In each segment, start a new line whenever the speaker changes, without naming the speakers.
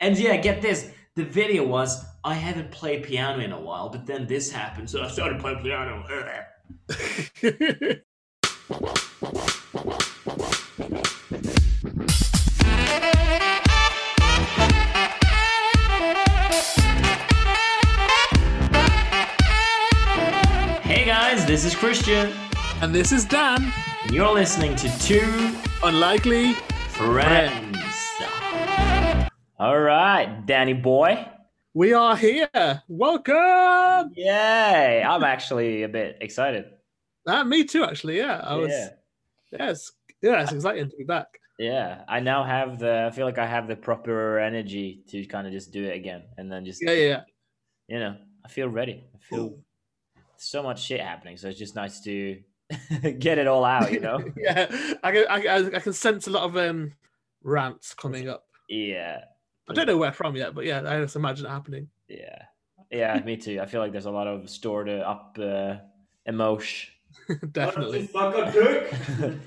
And yeah, get this. The video was I haven't played piano in a while, but then this happened, so I started playing piano. hey guys, this is Christian,
And this is Dan.
and you're listening to Two
Unlikely.
Friends. All right, Danny boy.
We are here. Welcome.
Yay! I'm actually a bit excited.
Ah, me too, actually. Yeah, I was.
yeah,
Yes, yeah, it's exciting to be back.
yeah. I now have the. I feel like I have the proper energy to kind of just do it again, and then just
Yeah, yeah.
you know, I feel ready. I
yeah.
feel so much shit happening, so it's just nice to get it all out, you know.
yeah, I can, I, I- I can sense a lot of um rants coming up.
yeah,
I don't know where from yet, but yeah, I just imagine it happening.
yeah, yeah. Me too. I feel like there's a lot of stored uh, up uh, emotion.
Definitely.
that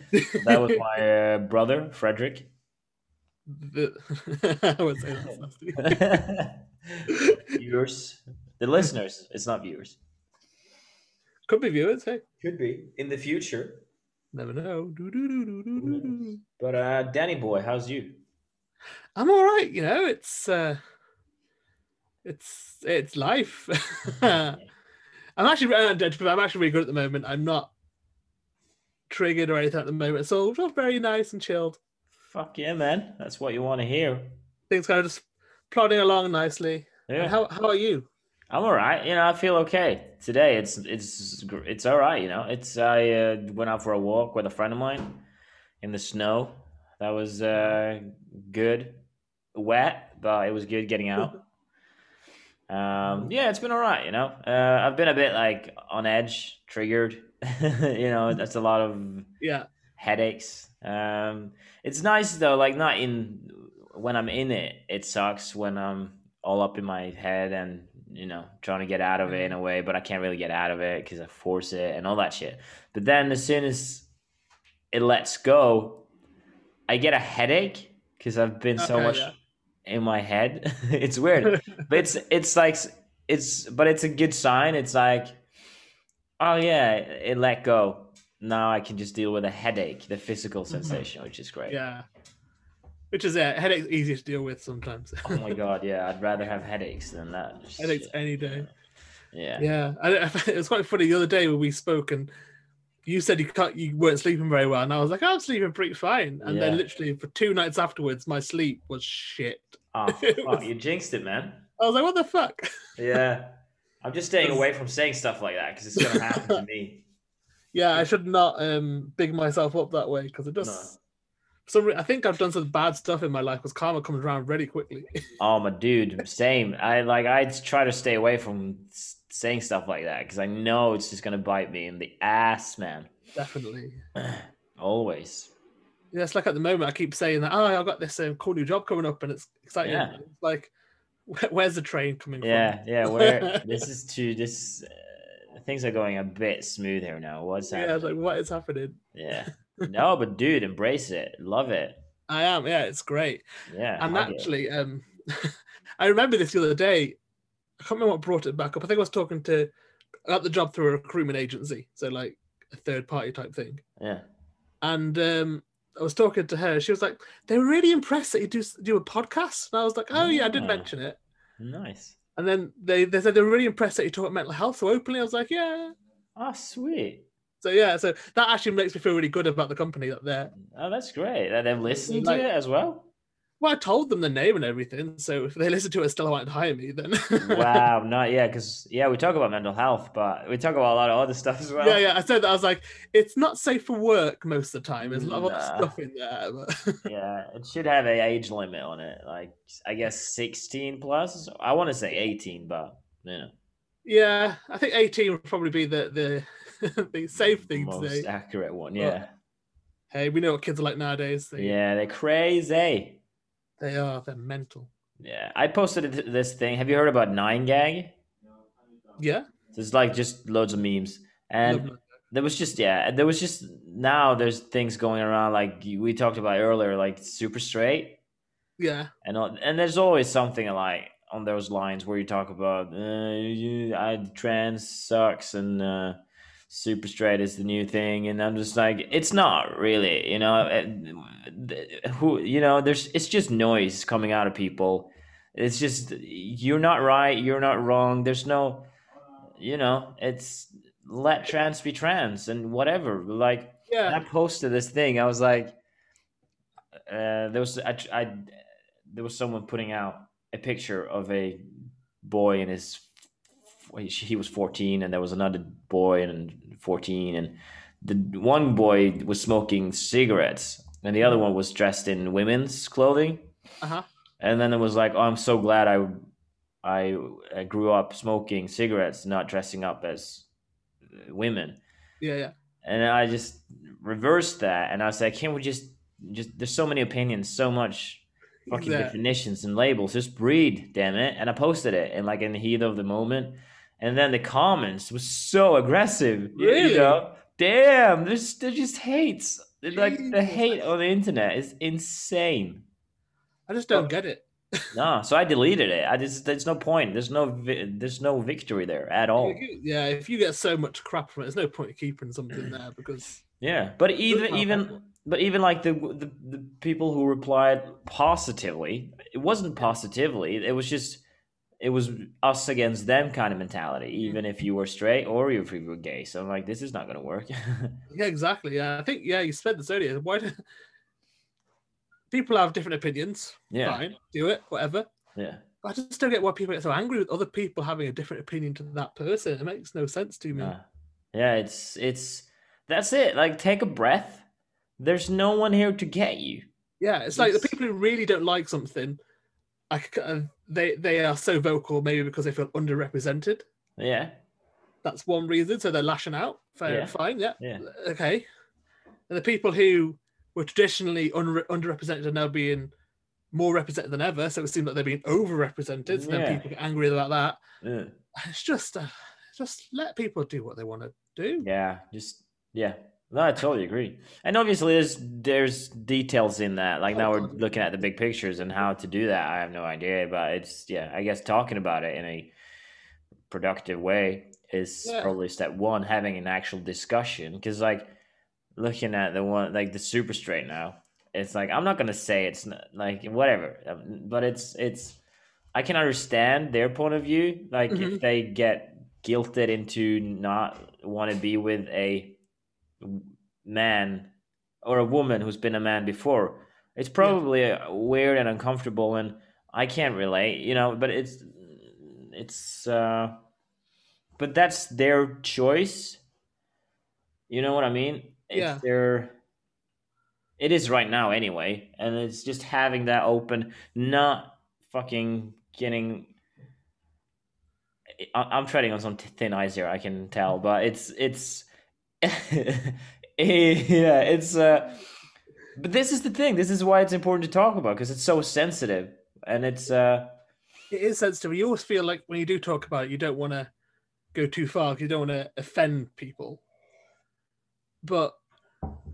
was my uh, brother Frederick.
The- I would say that's nasty.
viewers, the listeners. It's not viewers.
Could be viewers. Hey,
Could be in the future.
never know. Do-do-do-do-do-do-do.
But uh, Danny boy, how's you?
I'm all right. You know, it's uh, it's it's life. I'm actually uh, to be fair, I'm actually really good at the moment. I'm not triggered or anything at the moment, so it felt very nice and chilled.
Fuck yeah, man. That's what you want to hear.
Things kind of just plodding along nicely.
Yeah,
And How how are you?
I'm all right. You know, I feel okay today. It's it's gr- it's all right. You know, it's I uh, went out for a walk with a friend of mine in the snow. That was uh, good, wet, but it was good getting out. Um, yeah, it's been all right. You know, uh, I've been a bit like on edge, triggered. you know, that's a lot of
Yeah,
headaches. Um, it's nice though, like not in when I'm in it. It sucks when I'm all up in my head and you know trying to get out of
Mm-hmm.
it in a way, but I can't really get out of it because I force it and all that shit. But then as soon as it lets go, I get a headache because I've been so
Okay,
much
yeah.
in my head. it's weird, but it's it's like it's but it's a good sign. It's like oh yeah, it let go. Now I can just deal with a headache, the physical sensation, which is great.
Mm-hmm. yeah. Which is it. Headaches easier to deal with sometimes.
Oh my god, yeah, I'd rather have headaches than that.
Headaches
Shit.
any day.
Yeah.
Yeah, I, I- it was quite funny the other day when we spoke and you said you can't, you weren't sleeping very well, and I was like, I'm sleeping pretty fine. And
Yeah.
then literally for two nights afterwards, my sleep was shit.
Oh,
It
fuck,
was-
you jinxed it, man.
I was like, what the fuck?
Yeah. I'm just staying away from saying stuff like that because it's going to happen to me.
Yeah, I should not um big myself up that way because it does.
No.
Some re- I think I've done some bad stuff in my life because karma comes around really quickly.
Oh, my dude, same. I like, I try to stay away from s- saying stuff like that because I know it's just going to bite me in the ass, man.
Definitely.
Always.
Yeah, it's like at the moment I keep saying that oh I've got this um, cool new job coming up and it's exciting.
Yeah.
It's like where, where's the train coming
Yeah,
from?
yeah. We're this is too this. Uh, things are going a bit smoother now. What's
Yeah,
happening?
it's like what is happening?
Yeah. No, but dude, embrace it. Love it.
I am. Yeah, it's great.
Yeah.
and
hug it.
actually, um, I remember this the other day. I can't remember what brought it back up. I think I was talking to, I got the job through a recruitment agency, so like a third party type thing.
Yeah.
And um, I was talking to her. She was like, "They were really impressed that you do do a podcast." And I was like, "Oh yeah, I did
Ah.
mention it."
Nice.
And then they, they said they were really impressed that you talk about mental health so openly. I was like, "Yeah."
Oh, sweet.
So yeah, so that actually makes me feel really good about the company up there.
Oh, that's great. That they've listened
like-
to it as well.
Well, I told them the name and everything, so if they listen to it, and still won't hire me. Then
Wow. Not yeah, because yeah, we talk about mental health, but we talk about a lot of other stuff as well.
yeah, yeah. I said that. I was like, it's not safe for work most of the time. There's a lot of
Nah.
stuff in there. But
Yeah, it should have a age limit on it. Like I guess sixteen plus. I want to say eighteen, but you know,
yeah, I think 18 would probably be the the, the safe thing
most
to say.
accurate one.
But-
Yeah.
Hey, we know what kids are like nowadays. They,
Yeah, they're crazy.
they are. They're mental.
Yeah, I posted th- this thing. Have you heard about Nine Gag?
Yeah.
There's like just loads of memes, and
Love
there was just yeah, there was just now there's things going around like you- we talked about earlier, like super straight.
yeah,
and all- and there's always something like on those lines where you talk about uh, you, I trans sucks and uh, super straight is the new thing, and I'm just like it's not really, you know, uh, th- who you know, there's it's just noise coming out of people. It's just you're not right, you're not wrong. There's no, you know, it's let trans be trans and whatever. Like when
yeah.
I posted this thing. I was like, uh, there was I, I there was someone putting out a picture of a boy and his he was 14 and there was another boy and 14 and the one boy was smoking cigarettes and the other one was dressed in women's clothing
Uh huh.
and then it was like, oh, I'm so glad I, I, I grew up smoking cigarettes, not dressing up as uh, women.
Yeah, yeah.
And I just reversed that, and I was like, can't we just just? There's so many opinions, so much fucking
Exact-
definitions and labels. Just breed, damn it! And I posted it, and like in the heat of the moment, and then the comments was so aggressive. you-
Really?
You know? Damn, there's there just hates. Like the
Jesus.
hate on the internet is insane.
I just don't get it.
No, so I deleted it. I just there's no point. There's no vi- there's no victory there at all.
If you- yeah, if you get so much crap from it, there's no point in keeping something there because
Yeah, but even
not
even
helpful.
but even like the, the the people who replied positively, it wasn't positively. It was just it was us against them kind of mentality. Even if you were straight or if you were gay, so I'm like, this is not gonna work.
yeah, exactly. Yeah, I think yeah, you said this earlier. Why do... people have different opinions?
yeah,
Fine, do it, whatever.
yeah,
I just don't get why people get so angry with other people having a different opinion to that person. It makes no sense to me.
nah. yeah. It's it's that's it. Like take a breath. There's no one here to get you.
Yeah, it's like the
Yes.
people who really don't like something, I c- uh, they they are so vocal maybe because they feel underrepresented.
Yeah,
That's one reason. So they're lashing out. Fair,
Yeah.
fine, yeah,
yeah,
okay. And the people who were traditionally unre- underrepresented are now being more represented than ever. So it seems like they're being overrepresented. So
Yeah.
then people get angry about that.
yeah.
It's just, uh, just let people do what they want to do.
Yeah, just yeah. No, I totally agree. And obviously, there's there's details in that. Like now we're looking at the big pictures and how to do that. I have no idea, but it's yeah. I guess talking about it in a productive way is
Yeah.
probably step one. Having an actual discussion because like looking at the one like the super straight now, it's like I'm not gonna say it's not, like whatever, um, but it's it's I can understand their point of view. Like if
Mhm.
they get guilted into not want to be with a man or a woman who's been a man before, it's probably uh, weird and uncomfortable, and I can't relate, you know. But it's it's uh, but that's their choice. You know what I mean? It's
Yeah.
their it is right now anyway, and it's just having that open, not fucking getting. I- I'm treading on some thin ice here. I can tell, but it's it's yeah, it's uh. But this is the thing. This is why it's important to talk about because it's so sensitive, and it's uh.
It is sensitive. You always feel like when you do talk about it, you don't want to go too far 'cause you don't want to offend people. But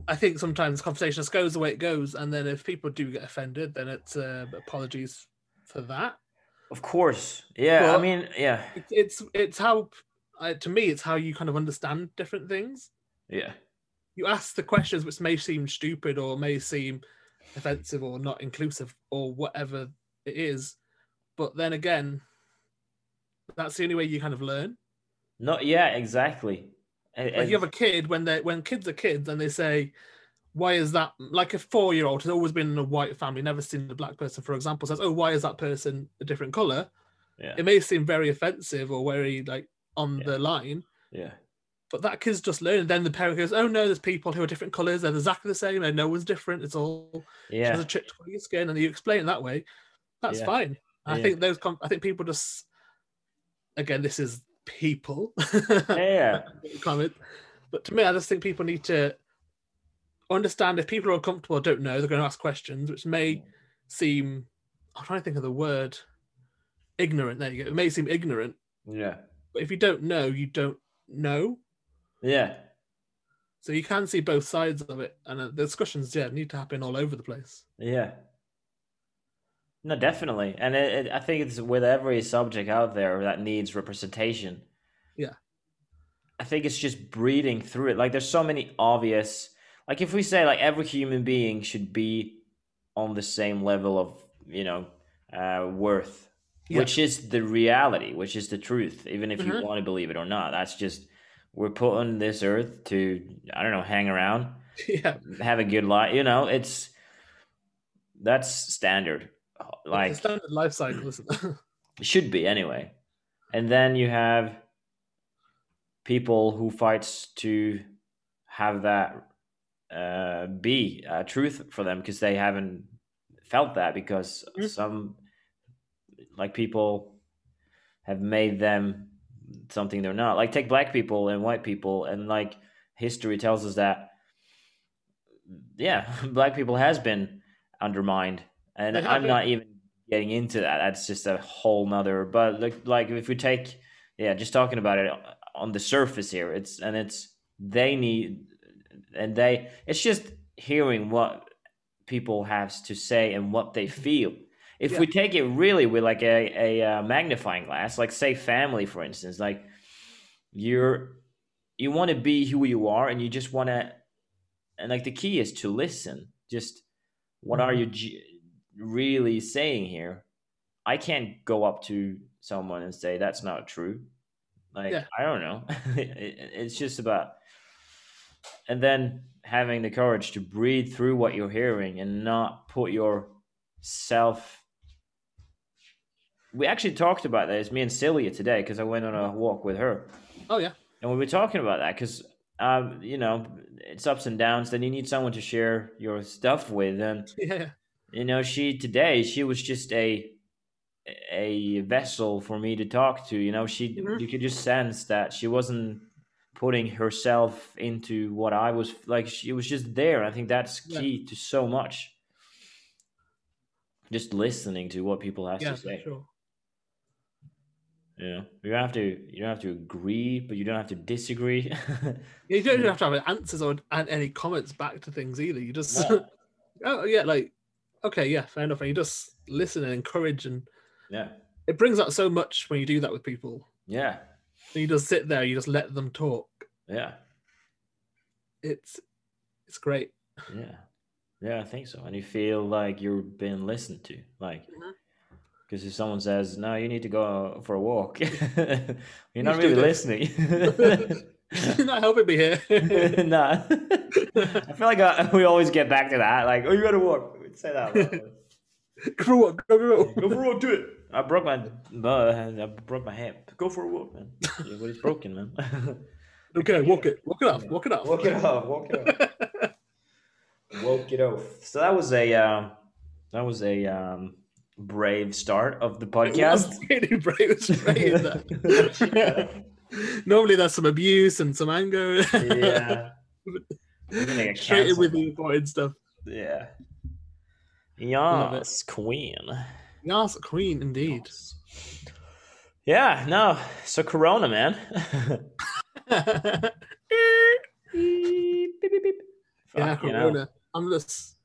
I think sometimes conversation just goes the way it goes, and then if people do get offended, then it's uh, apologies for that.
Of course, yeah.
Well-
I mean, yeah,
It's it's, it's how uh, to me it's how you kind of understand different things.
yeah,
You ask the questions which may seem stupid or may seem offensive or not inclusive or whatever it is, but then again, that's the only way you kind of learn.
no, yeah, exactly. And-
like
and-
you have a kid when they when kids are kids and they say why is that like a four year old has always been in a white family never seen a black person for example says oh why is that person a different color
yeah,
it may seem very offensive or very like on
Yeah.
the line
yeah,
but that kid's just learning then the parent goes oh no there's people who are different colors they're exactly the same and no one's different it's all
yeah.
there's a chip on your skin and you explain it that way that's
Yeah.
fine i
Yeah.
think those com- i think people just again this is people
yeah,
comment. But to me, I just think people need to understand if people are uncomfortable or don't know, they're going to ask questions, which may seem, I'm trying to think of the word, ignorant. There you go. It may seem ignorant,
yeah,
but if you don't know, you don't know.
yeah,
So you can see both sides of it. And uh, the discussions, yeah, need to happen all over the place.
yeah. No, definitely, and it, it, I think it's with every subject out there that needs representation.
Yeah.
I think it's just breeding through it. Like, there's so many obvious. Like, if we say like every human being should be on the same level of you know uh, worth,
Yeah.
which is the reality, which is the truth, even if
Mhm.
you want to believe it or not. That's just we're put on this earth to I don't know hang around,
yeah.
have a good life. You know, it's that's standard. Like
it's a standard life cycle, isn't it?
it should be anyway. And then you have people who fights to have that uh, be uh, truth for them because they haven't felt that because
Mhm.
some like people have made them something they're not. Like take black people and white people and like history tells us that yeah, black people has been undermined. And
They have,
I'm
yeah.
not even getting into that. That's just a whole nother but look like if we take yeah, just talking about it on the surface here, it's and it's they need and they it's just hearing what people have to say and what they feel. If we take it really with like a, a uh, magnifying glass, like say family, for instance, like you're you want to be who you are and you just want to and like the key is to listen just what are you g- really saying here i can't go up to someone and say that's not true like
Yeah.
i don't know It- it- it's just about and then having the courage to breathe through what you're hearing and not put yourself we actually talked about this me and celia today because i went on a walk with her
oh yeah.
and we were talking about that because, um, you know, it's ups and downs. Then you need someone to share your stuff with. And,
yeah, yeah,
you know, she today, she was just a a vessel for me to talk to. You know, she
Mhm.
you could just sense that she wasn't putting herself into what I was like. She was just there. I think that's
Yeah.
key to so much. Just listening to what people have
yeah,
to say.
for sure.
Yeah, you don't have to you don't have to agree, but you don't have to disagree.
Yeah, you don't even have to have answers or and any comments back to things either. You just,
No.
oh yeah, like, okay, yeah, fair enough. And you just listen and encourage, and
yeah,
it brings out so much when you do that with people.
yeah.
And you just sit there, you just let them talk.
Yeah,
It's, it's great.
yeah, yeah. I think so. And you feel like you're being listened to, like,
Mhm.
because if someone says, "No, you need to go for a walk," you're not
should
really
do this.
listening.
You're not helping me here.
nah. I feel like uh, we always get back to that. Like, oh, you gotta walk. We'd say that. a lot.
grow up, grow, grow up.
go for a walk. Do it. I broke my, uh, I broke my hip. Go for a walk, man. Yeah, well, it's broken, man.
Okay, walk it, walk it off, walk it off.
Walk it off. Walk it off. Woke it off. So that was a um, that was a um, brave start of the podcast.
Really brave, it was brave, that. Normally there's some abuse and some anger.
yeah. We're gonna get
Straight in
cancelled.
with the important stuff.
Yeah.
Love it.
Yes, Queen.
Yes, Queen, indeed.
Yes. Yeah. No. So Corona, man. Beep, beep, beep, beep.
yeah,
Fuck, you know.
Corona. I'm just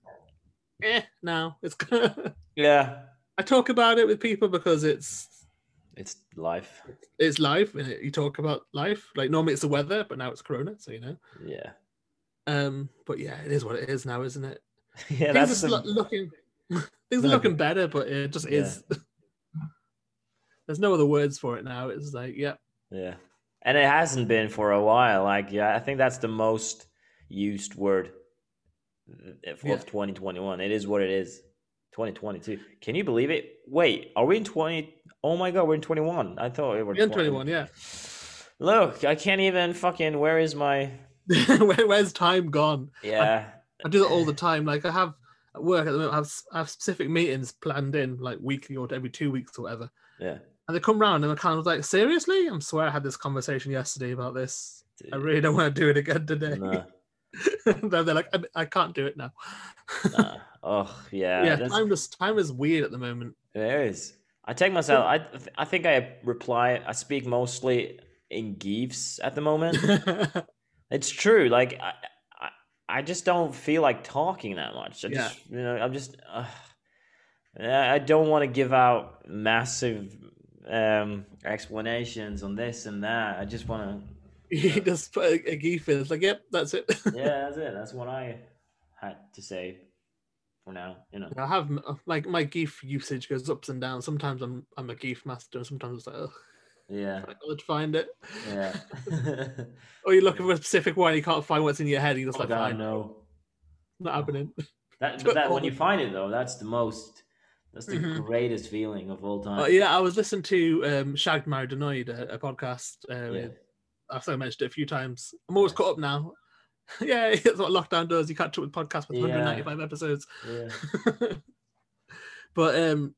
eh now. It's I
Yeah.
talk about it with people because it's
It's life.
it's life and it, you talk about life. Like normally it's the weather, but now it's Corona, so you know.
Yeah.
Um, but yeah, it is what it is now, isn't it?
Yeah.
things
That's
are
the,
lo- looking things
No,
are looking better, but it just
Yeah.
is. There's no other words for it now. It's like, yeah,
Yeah. And it hasn't been for a while. Like, yeah, I think that's the most used word uh, of
Yeah.
2021. It is what it is. 2022. Can you believe it? Wait, are we in 20? Oh my God, we're in 21. I thought we were
we're in 21, yeah.
Look, I can't even fucking. Where is my.
Where, where's time gone?
Yeah.
I do that all the time. Like I have at work at the moment, I have, s- I have specific meetings planned in like weekly or every two weeks or whatever.
Yeah.
And they come round and I'm kind of like, seriously? I'm swear I had this conversation yesterday about this. I really don't want to do it again today.
Nah,
they're they're like, I, I can't do it now.
nah. Oh, yeah.
yeah,
that's-
time is time is weird at the moment.
There is. I take myself. I I think I reply. I speak mostly in gifs at the moment. It's true. Like I, I, I just don't feel like talking that much. I
Yeah.
just, you know, I'm just. Uh, I don't want to give out massive um, explanations on this and that. I just want
He just put a, a gif in. It's like, yep, that's it.
to. Yeah, that's it. That's what I had to say for now. You know.
I have my my gif usage goes ups and downs. Sometimes I'm I'm a gif master. Sometimes it's like, oh,
Yeah.
I can't find it.
Yeah.
Or you're looking for a specific one, and you can't find what's in your head. You're just
oh,
like,
God,
fine,
no.
not happening.
That, but that when you
Totally.
find it though, that's the most. That's the
Mhm.
greatest feeling of all time.
Uh, yeah, I was listening to um, Shagged, Married, Annoyed, a, a podcast. Uh,
Yeah.
I've sort of mentioned it a few times. I'm always
Yeah.
caught up now. yeah, that's what lockdown does. You catch up with podcasts with
Yeah.
195 episodes.
Yeah.
But um,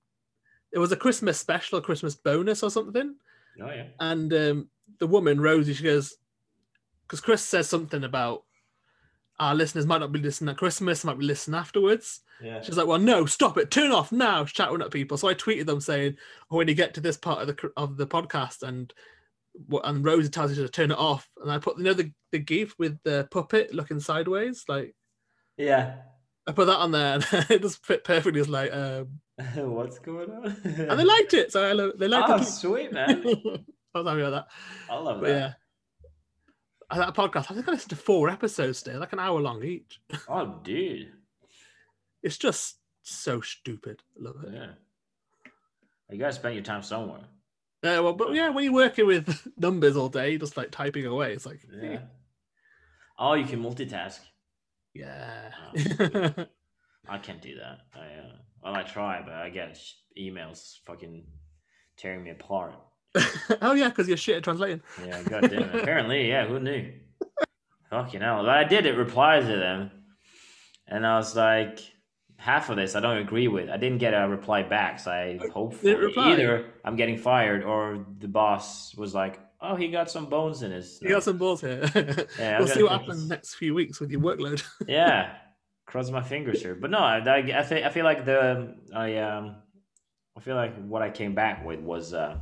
it was a Christmas special, Christmas bonus or something.
Oh yeah.
And um, the woman, Rosie, she goes, because Chris says something about our listeners might not be listening at Christmas, might be listening afterwards.
Yeah.
She's like, "Well, no, stop it, turn off now!" Shouting at people. So I tweeted them saying, oh, "When you get to this part of the cr- of the podcast, and what- and Rosie tells you to turn it off." And I put you know the the gif with the puppet looking sideways, like
Yeah.
I put that on there, and it just fit perfectly. It's like, um,
What's going on?
and they liked it, so I lo- they liked
oh,
it.
sweet man.
I was happy about that,
I love
but
that.
yeah. And That podcast, I think I listened to four episodes today, like an hour long each.
Oh, dude.
It's just so stupid. I love it.
Yeah. You gotta spend your time somewhere.
Uh, well, but yeah, when you're working with numbers all day, just like typing away, it's like,
Yeah. Oh, you can multitask.
yeah.
I can't do that. I uh, well, I try, but I get sh- emails fucking tearing me apart.
oh yeah, because you're shit at translating.
Yeah, goddamn. it. Apparently, yeah. Who knew? Fucking hell! I did it. Reply to them, and I was like, half of this I don't agree with. I didn't get a reply back, so I hopefully
reply?
either I'm getting fired or the boss was like, "Oh, he got some bones in his."
You got some balls here.
Yeah, I'm gonna
we'll see
finish
what happens
this.
next few weeks with your workload.
yeah cross my fingers here but no i i, I, feel, I feel like the i um i feel like what i came back with was uh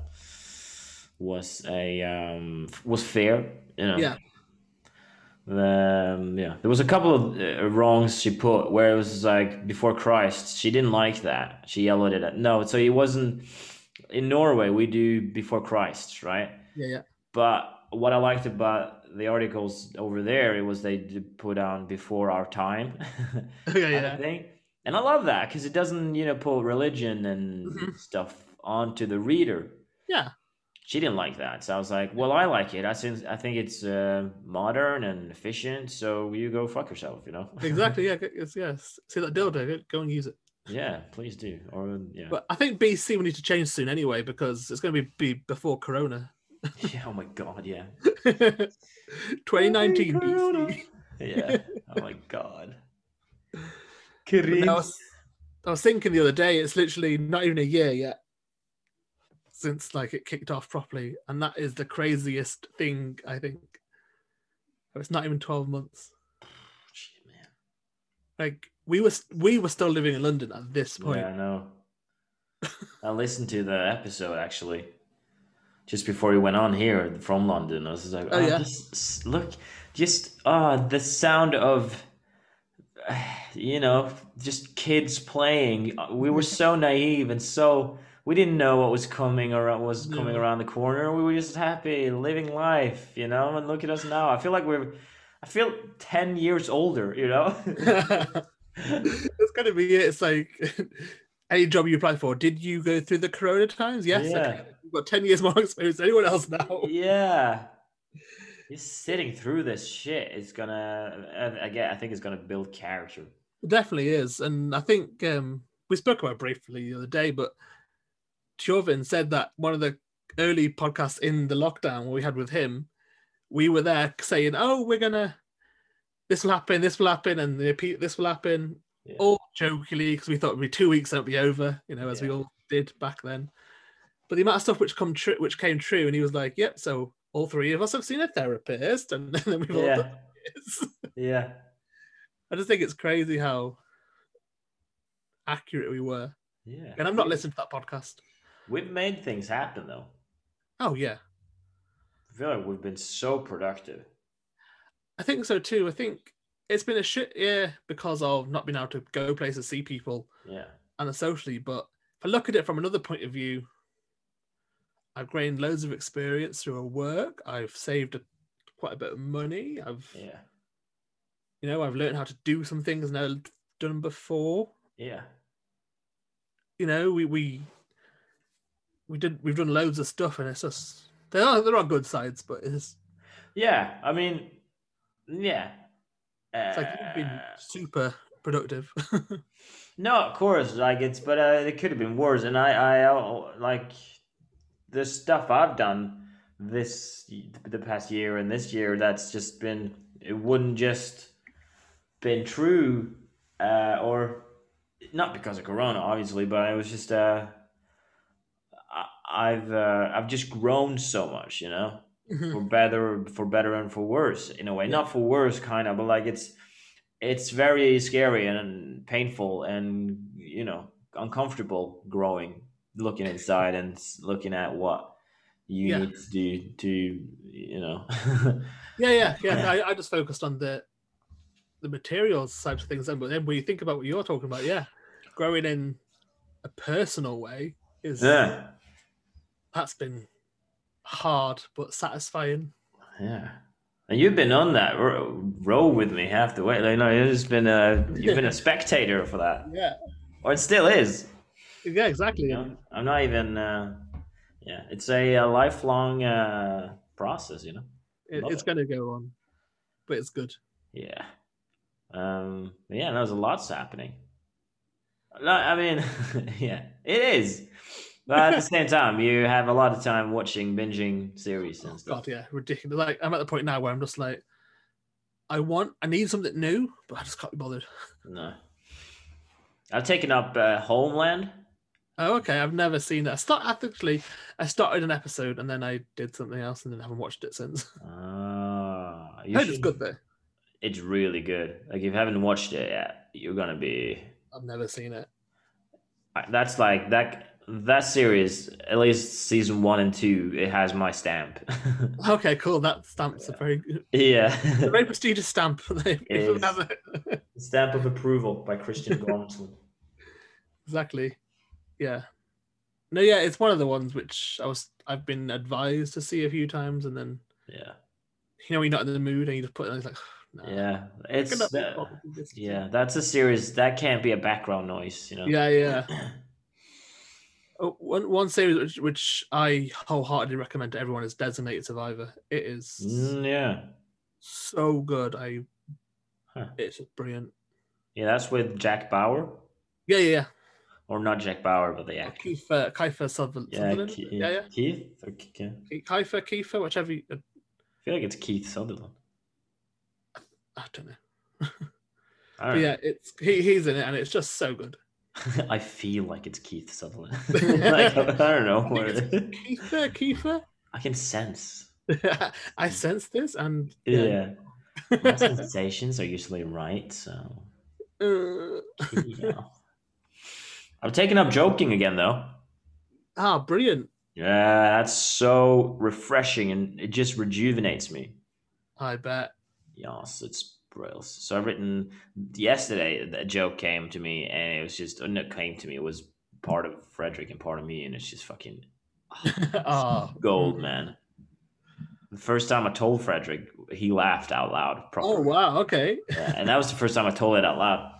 was a um was fair you know
Yeah.
um, yeah there was a couple of uh, wrongs she put where it was like before christ she didn't like that she yelled at it no so it wasn't in norway we do before christ right
yeah, yeah.
but what I liked about the articles over there, it was they did put on before our time,
Okay,
kind of
yeah.
thing. And I love that because it doesn't, you know, put religion and
Mhm.
stuff onto the reader.
Yeah.
She didn't like that, so I was like, "Well, I like it. I think I think it's uh, modern and efficient. So you go fuck yourself, you know."
Exactly. Yeah. Yes. Yes. See that dildo? go- Go and use it.
yeah, please do. Or yeah,
But I think BC will need to change soon anyway because it's going to be, be before Corona.
yeah. Oh my god, yeah,
2019
Corona.
BC.
yeah. oh my god.
But I was, I was thinking the other day, it's literally not even a year yet since like it kicked off properly, and that is the craziest thing I think. Oh, It's not even twelve months.
Shit, man.
Like we were we were still living in London at this point.
Yeah, I know. I listened to the episode actually, just before we went on here from London. I was just like, oh,
Oh, yeah.
this, s- look, just ah, the sound of, you know, just kids playing. Uh, We were so naive and so we didn't know what was coming or what was coming
No.
around the corner. We were just happy living life, you know. And look at us now. I feel like we're, I feel ten years older, you know.
it's gonna be it. It's like any job you apply for. Did you go through the Corona times? Yes.
Yeah.
Okay. You've got ten years more experience than anyone else now.
yeah just sitting through this shit is gonna I- again i think it's gonna build character
It definitely is, and I think um, we spoke about it briefly the other day, but Chauvin said that one of the early podcasts in the lockdown we had with him, we were there saying, "Oh, we're gonna, this will happen, this will happen, and the repeat this will happen,"
Yeah.
all jokingly because we thought it'd be two weeks and it'd be over, you know, as we all did back then. But the amount of stuff which come true, which came true, and he was like, "Yep, so all three of us have seen a therapist," and then we've all
yeah
done this.
yeah
I just think it's crazy how accurate we were.
yeah
And I'm not listening to that podcast.
we've made things happen though
Oh yeah,
i feel like we've been so productive
I think so too. I think it's been a shit year because of not being able to go places, see people,
yeah
and socially. But if I look at it from another point of view, I've gained loads of experience through our work. I've saved a, quite a bit of money. I've,
Yeah.
you know, I've learned how to do some things never done before.
Yeah.
You know, we we we did we've done loads of stuff, and it's just there are there are good sides, but it's,
Yeah. I mean, yeah.
it's like you've been
Uh,
super productive.
No, of course, like it's, but uh, it could have been worse. And I, I uh, like the stuff I've done this the past year and this year. That's just been it wouldn't just been true, uh, or not because of Corona, obviously. But I was just, uh, I- I've, uh, I've just grown so much, you know for better for better and for worse in a way not for worse kind of but like it's it's very scary and painful and you know uncomfortable growing looking inside and s- looking at what you
Yeah.
need to do to you know
Yeah, yeah, yeah. I, I just focused on the the materials side of things, then. But then when you think about what you're talking about, yeah, growing in a personal way is
yeah
that's been hard but satisfying.
yeah and you've been on that ro- road with me half the way like no you've just been a you've been a spectator for that
Yeah,
or it still is
yeah, exactly.
you know? I'm not even. Uh, yeah, it's a, uh lifelong uh, process, you know.
It,
love
it's
it.
going to go on, but it's good.
Yeah. Um. Yeah, there's a lot's happening. No, I mean, yeah, it is. But at the same time, you have a lot of time watching, binging series and stuff.
Oh, God, yeah, ridiculous. Like I'm at the point now where I'm just like, I want, I need something new, but I just can't be bothered.
No. I've taken up uh, Homeland.
Oh, okay. I've never seen that. I start actually. I started an episode and then I did something else and then haven't watched it since.
Ah, you
I heard it's
should-
good though.
It's really good. Like if you haven't watched it yet, you're gonna be
I've never seen it.
I- that's like that that series at least season one and two it has my stamp
Okay, cool. That stamp's a very,
yeah
a very prestigious stamp. They- they
is.
have it.
stamp of approval by christian Gormley.
exactly. Yeah. No, yeah, it's one of the ones which I was I've been advised to see a few times, and then
yeah
you know you're not in the mood, and you just put it, and it's like, nah.
yeah
I could
it's
not be
uh,
bothered with this.
yeah that's a series that can't be a background noise you know
yeah, yeah. Oh, One one series which, which I wholeheartedly recommend to everyone is Designated Survivor. It is
Mm, yeah
so good. I,
Huh.
it's just brilliant.
yeah that's with jack bauer
Yeah, yeah, yeah.
or not jack bauer but the actor
Kiefer, Kiefer Sutherland.
yeah,
Sutherland?
Ke-
yeah, yeah.
keith or Ke- Ke- i
Kiefer, Kiefer, whichever. You, uh,
feel like it's keith sutherland
I don't know.
I
But
don't
yeah, it's he, he's in it, and it's just so good.
know. I feel like it's Keith Sutherland. like, I don't know what it is.
Kiefer,
I can sense.
Kiefer, I sense this, and
Yeah. My sensations are usually right, so
Uh,
yeah. I'm taking up joking again though.
ah, brilliant!
Yeah, that's so refreshing and it just rejuvenates me.
I bet.
Yes, it's brilliant. So I've written yesterday a joke came to me and it was just or not came to me, it was part of Frederick and part of me, and it's just fucking
Ah,
gold, man. The first time I told Frederick, he laughed out loud properly.
Oh wow, okay.
Yeah, and that was the first time I told it out loud.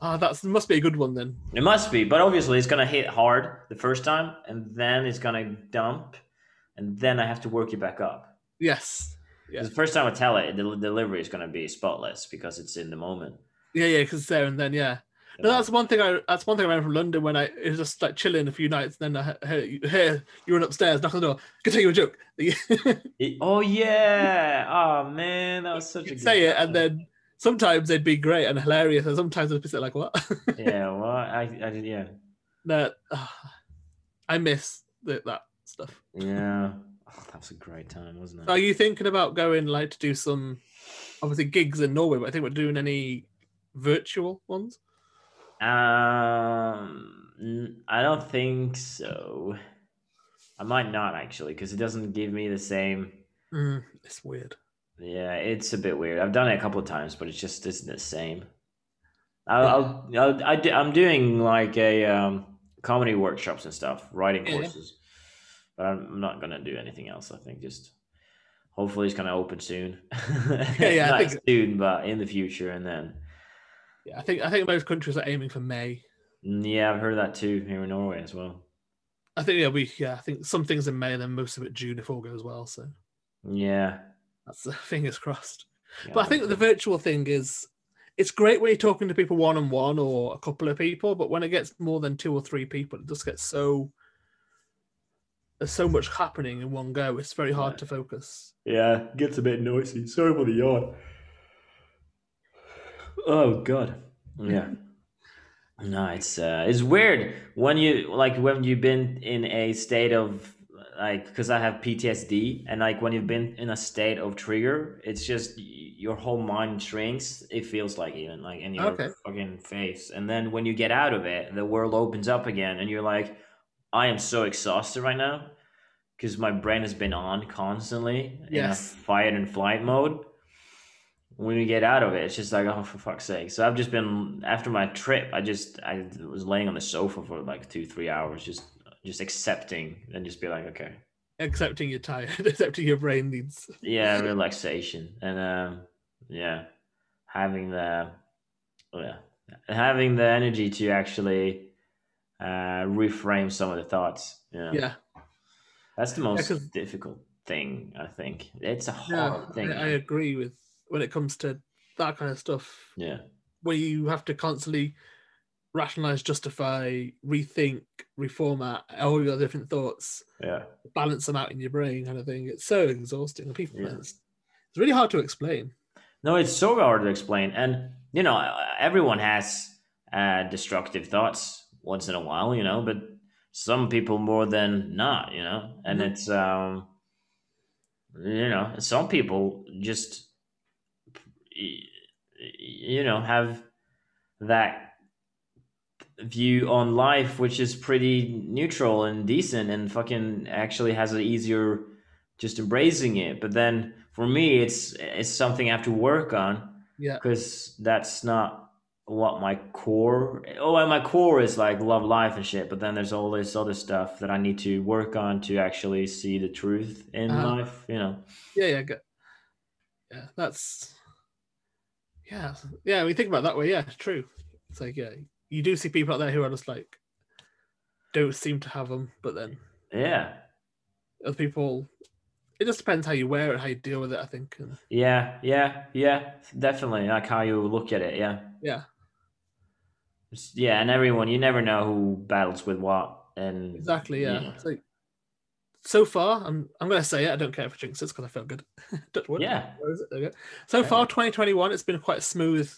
Ah, that's must be a good one then.
It must be, but obviously it's gonna hit hard the first time, and then it's gonna dump, and then I have to work it back up.
Yes.
'Cause
Yeah.
The first time I tell it, the delivery is gonna be spotless because it's in the moment.
Yeah, yeah, because there and then, yeah. No, that's one thing. I that's one thing I remember from London when I it was just like chilling a few nights. And then I he- heard you, hear you run upstairs, knock on the door. Can tell you a joke. You
It- oh yeah! Oh man, that was such a good
say it, and then sometimes they'd be great and hilarious, and sometimes they'd be like, "What?"
yeah, well, I, I did, yeah,
No, ah, I miss the, that stuff.
yeah. Oh, that was a great time, wasn't
Are
it?
you thinking about going like to do some obviously gigs in Norway? But I think we're doing any virtual ones.
Um, n- I don't think so. I might not actually, because it doesn't give me the same.
Mm, it's weird.
Yeah, it's a bit weird. I've done it a couple of times, but it's just isn't the same. I'll, I'll, I do, I'm doing like a um, comedy workshops and stuff, writing
Yeah.
courses, but I'm not gonna do anything else. I think just hopefully it's gonna open soon.
Yeah, yeah, I
not
think so.
soon, but in the future, and then
Yeah, I think I think most countries are aiming for May.
mm, yeah, I've heard that too here in Norway as well.
I think yeah, we yeah, I think some things in May, then most of it June if all goes well. So
Yeah,
that's fingers crossed.
Yeah,
But I think the virtual thing is it's great when you're talking to people one on one or a couple of people, but when it gets more than two or three people, it just gets so there's so much happening in one go, it's very hard
Yeah.
to focus.
yeah, gets a bit noisy. Sorry for the yawn. Oh god, yeah. No, it's uh, it's weird when you like when you've been in a state of like because I have PTSD and like when you've been in a state of trigger, it's just y- your whole mind shrinks. It feels like even like in your
Okay.
fucking face, and then when you get out of it, the world opens up again, and you're like, I am so exhausted right now because my brain has been on constantly in a
Yes.
fight and flight mode when you get out of it, it's just like, oh, for fuck's sake. So I've just been after my trip. I just I was laying on the sofa for like two, three hours, just just accepting and just be like, okay,
Accepting you're tired, accepting your brain needs
yeah, relaxation and um, yeah, having the oh, yeah, having the energy to actually uh, reframe some of the thoughts. Yeah,
Yeah.
that's the most
'cause-
difficult thing. I think it's a hard
Yeah. I,
thing.
I agree with when it comes to that kind of stuff.
yeah,
where you have to constantly rationalize, justify, rethink, reformat all your different thoughts,
yeah,
balance them out in your brain, kind of thing. It's so exhausting. And people,
Yeah.
it's, it's really hard to explain.
No, it's so hard to explain, and you know, everyone has uh, destructive thoughts once in a while, you know, but some people more than not, you know, and
Mhm.
it's um, you know, some people just y- y- you know have that view on life which is pretty neutral and decent and fucking actually has an easier just embracing it but then for me it's it's something i have to work on
Yeah.
because that's not what my core oh and my core is like love life and shit but then there's all this other stuff that i need to work on to actually see the truth in
Uh-huh.
life you know
Yeah, yeah, go- yeah. That's yeah, yeah. We think about it that way. Yeah, it's true. It's like yeah, you do see people out there who are just like don't seem to have them, but then
yeah
other people. It just depends how you wear it, how you deal with it. I think. And,
yeah yeah yeah definitely like how you look at it yeah
yeah,
It's- yeah and everyone you never know who battles with what and
Exactly. Yeah. It's like so far, I'm I'm gonna say it. I don't care if I jinx this because I feel good. Touch wood.
yeah
Where is it? There we go. So far, 2021, it's been quite smooth.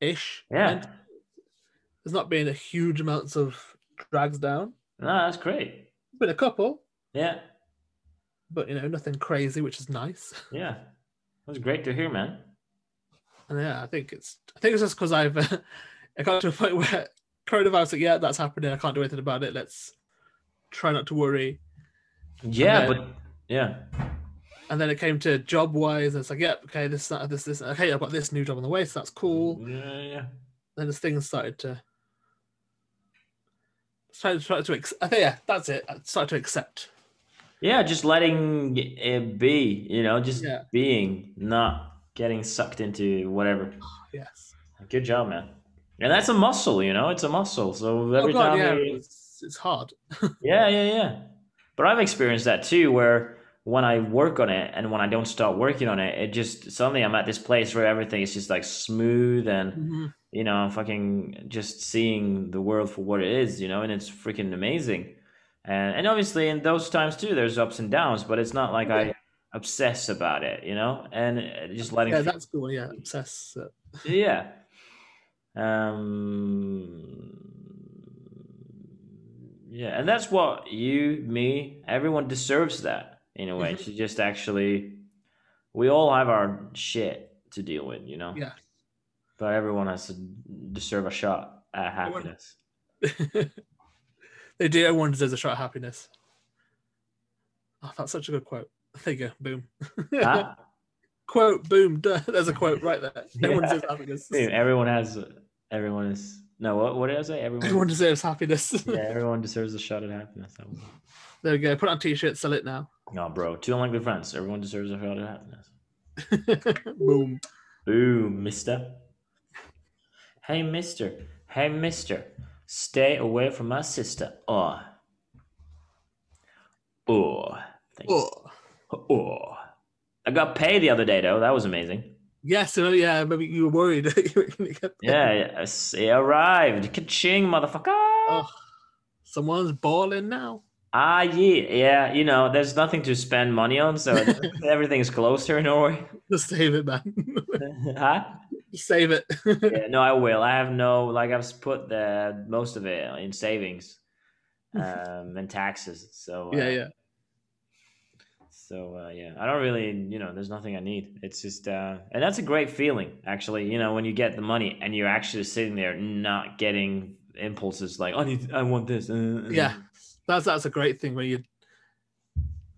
Ish.
yeah,
And There's not been a huge amounts of drags down.
no that's great
There's been a couple,
yeah
but you know nothing crazy, which is nice.
yeah that was great to hear man
And yeah, I think it's I think it's just because I've uh, I got to a point where coronavirus. Like, yeah, that's happening. I can't do anything about it. Let's try not to worry.
Yeah,
then-
but yeah,
And then it came to job wise, and it's like, yep, okay, this, that, this, this. Okay, I've got this new job on the way, so that's cool.
yeah, yeah.
Then as things started to, started, started to, ex- I think, yeah, that's it. I started to accept.
yeah. Just letting it be, you know, just
Yeah.
being, not getting sucked into whatever.
Yes.
Good job, man. And that's a muscle, you know, it's a muscle. So every
oh God,
time,
yeah,
you-
it's, it's hard.
yeah, yeah, yeah. But I've experienced that too, where when I work on it and when I don't stop working on it, it just suddenly I'm at this place where everything is just like smooth and
Mhm.
you know, I'm fucking just seeing the world for what it is, you know, and it's freaking amazing. And and obviously in those times too, there's ups and downs, but it's not like I obsess about it, you know, and uh, just letting
Yeah, that's cool. Yeah, obsess. uh,
yeah. Um, yeah, and that's what you, me, everyone deserves that in a way.
Mhm.
to just actually, we all have our shit to deal with, you know.
Yeah.
But everyone has to deserve a shot at
wouldn't-
happiness.
they do. Everyone deserves a shot at happiness.
Ah.
Oh, that's such a good quote. There you go. Boom.
Huh?
quote, boom, duh. there's a quote right there. No one
Yeah.
deserves happiness.
Dude, everyone has. Everyone is. No, what, what did I say?
Everyone
Everyone.
deserves happiness.
yeah, everyone deserves a shot at happiness. That was it.
there we go. Put it on a t-shirt, sell it now.
No, bro. Two unlikely friends. Everyone deserves a shot at happiness.
boom.
Boom, mister. Hey, mister. Hey, mister. Stay away from my sister. Oh. Oh. Thanks.
Oh.
Oh. I got paid the other day, though. That was amazing.
Yes, so maybe- yeah, maybe you were worried. that you were gonna get that.
Yeah, yes, it arrived. Ka-ching, motherfucker.
Oh, someone's balling now.
Ah, yeah. Yeah, you know, there's nothing to spend money on, so everything's closed here in Norway.
Just save it, man.
huh?
Just save it.
yeah, no, I will. I have no like I've s- put the most of it in savings, um, and taxes. So uh,
yeah, yeah.
So uh, yeah, I don't really, you know, there's nothing I need. It's just, uh, and that's a great feeling actually. You know, when you get the money and you're actually sitting there not getting impulses like I need, I want this. uh, uh,
Yeah, that's that's a great thing when you.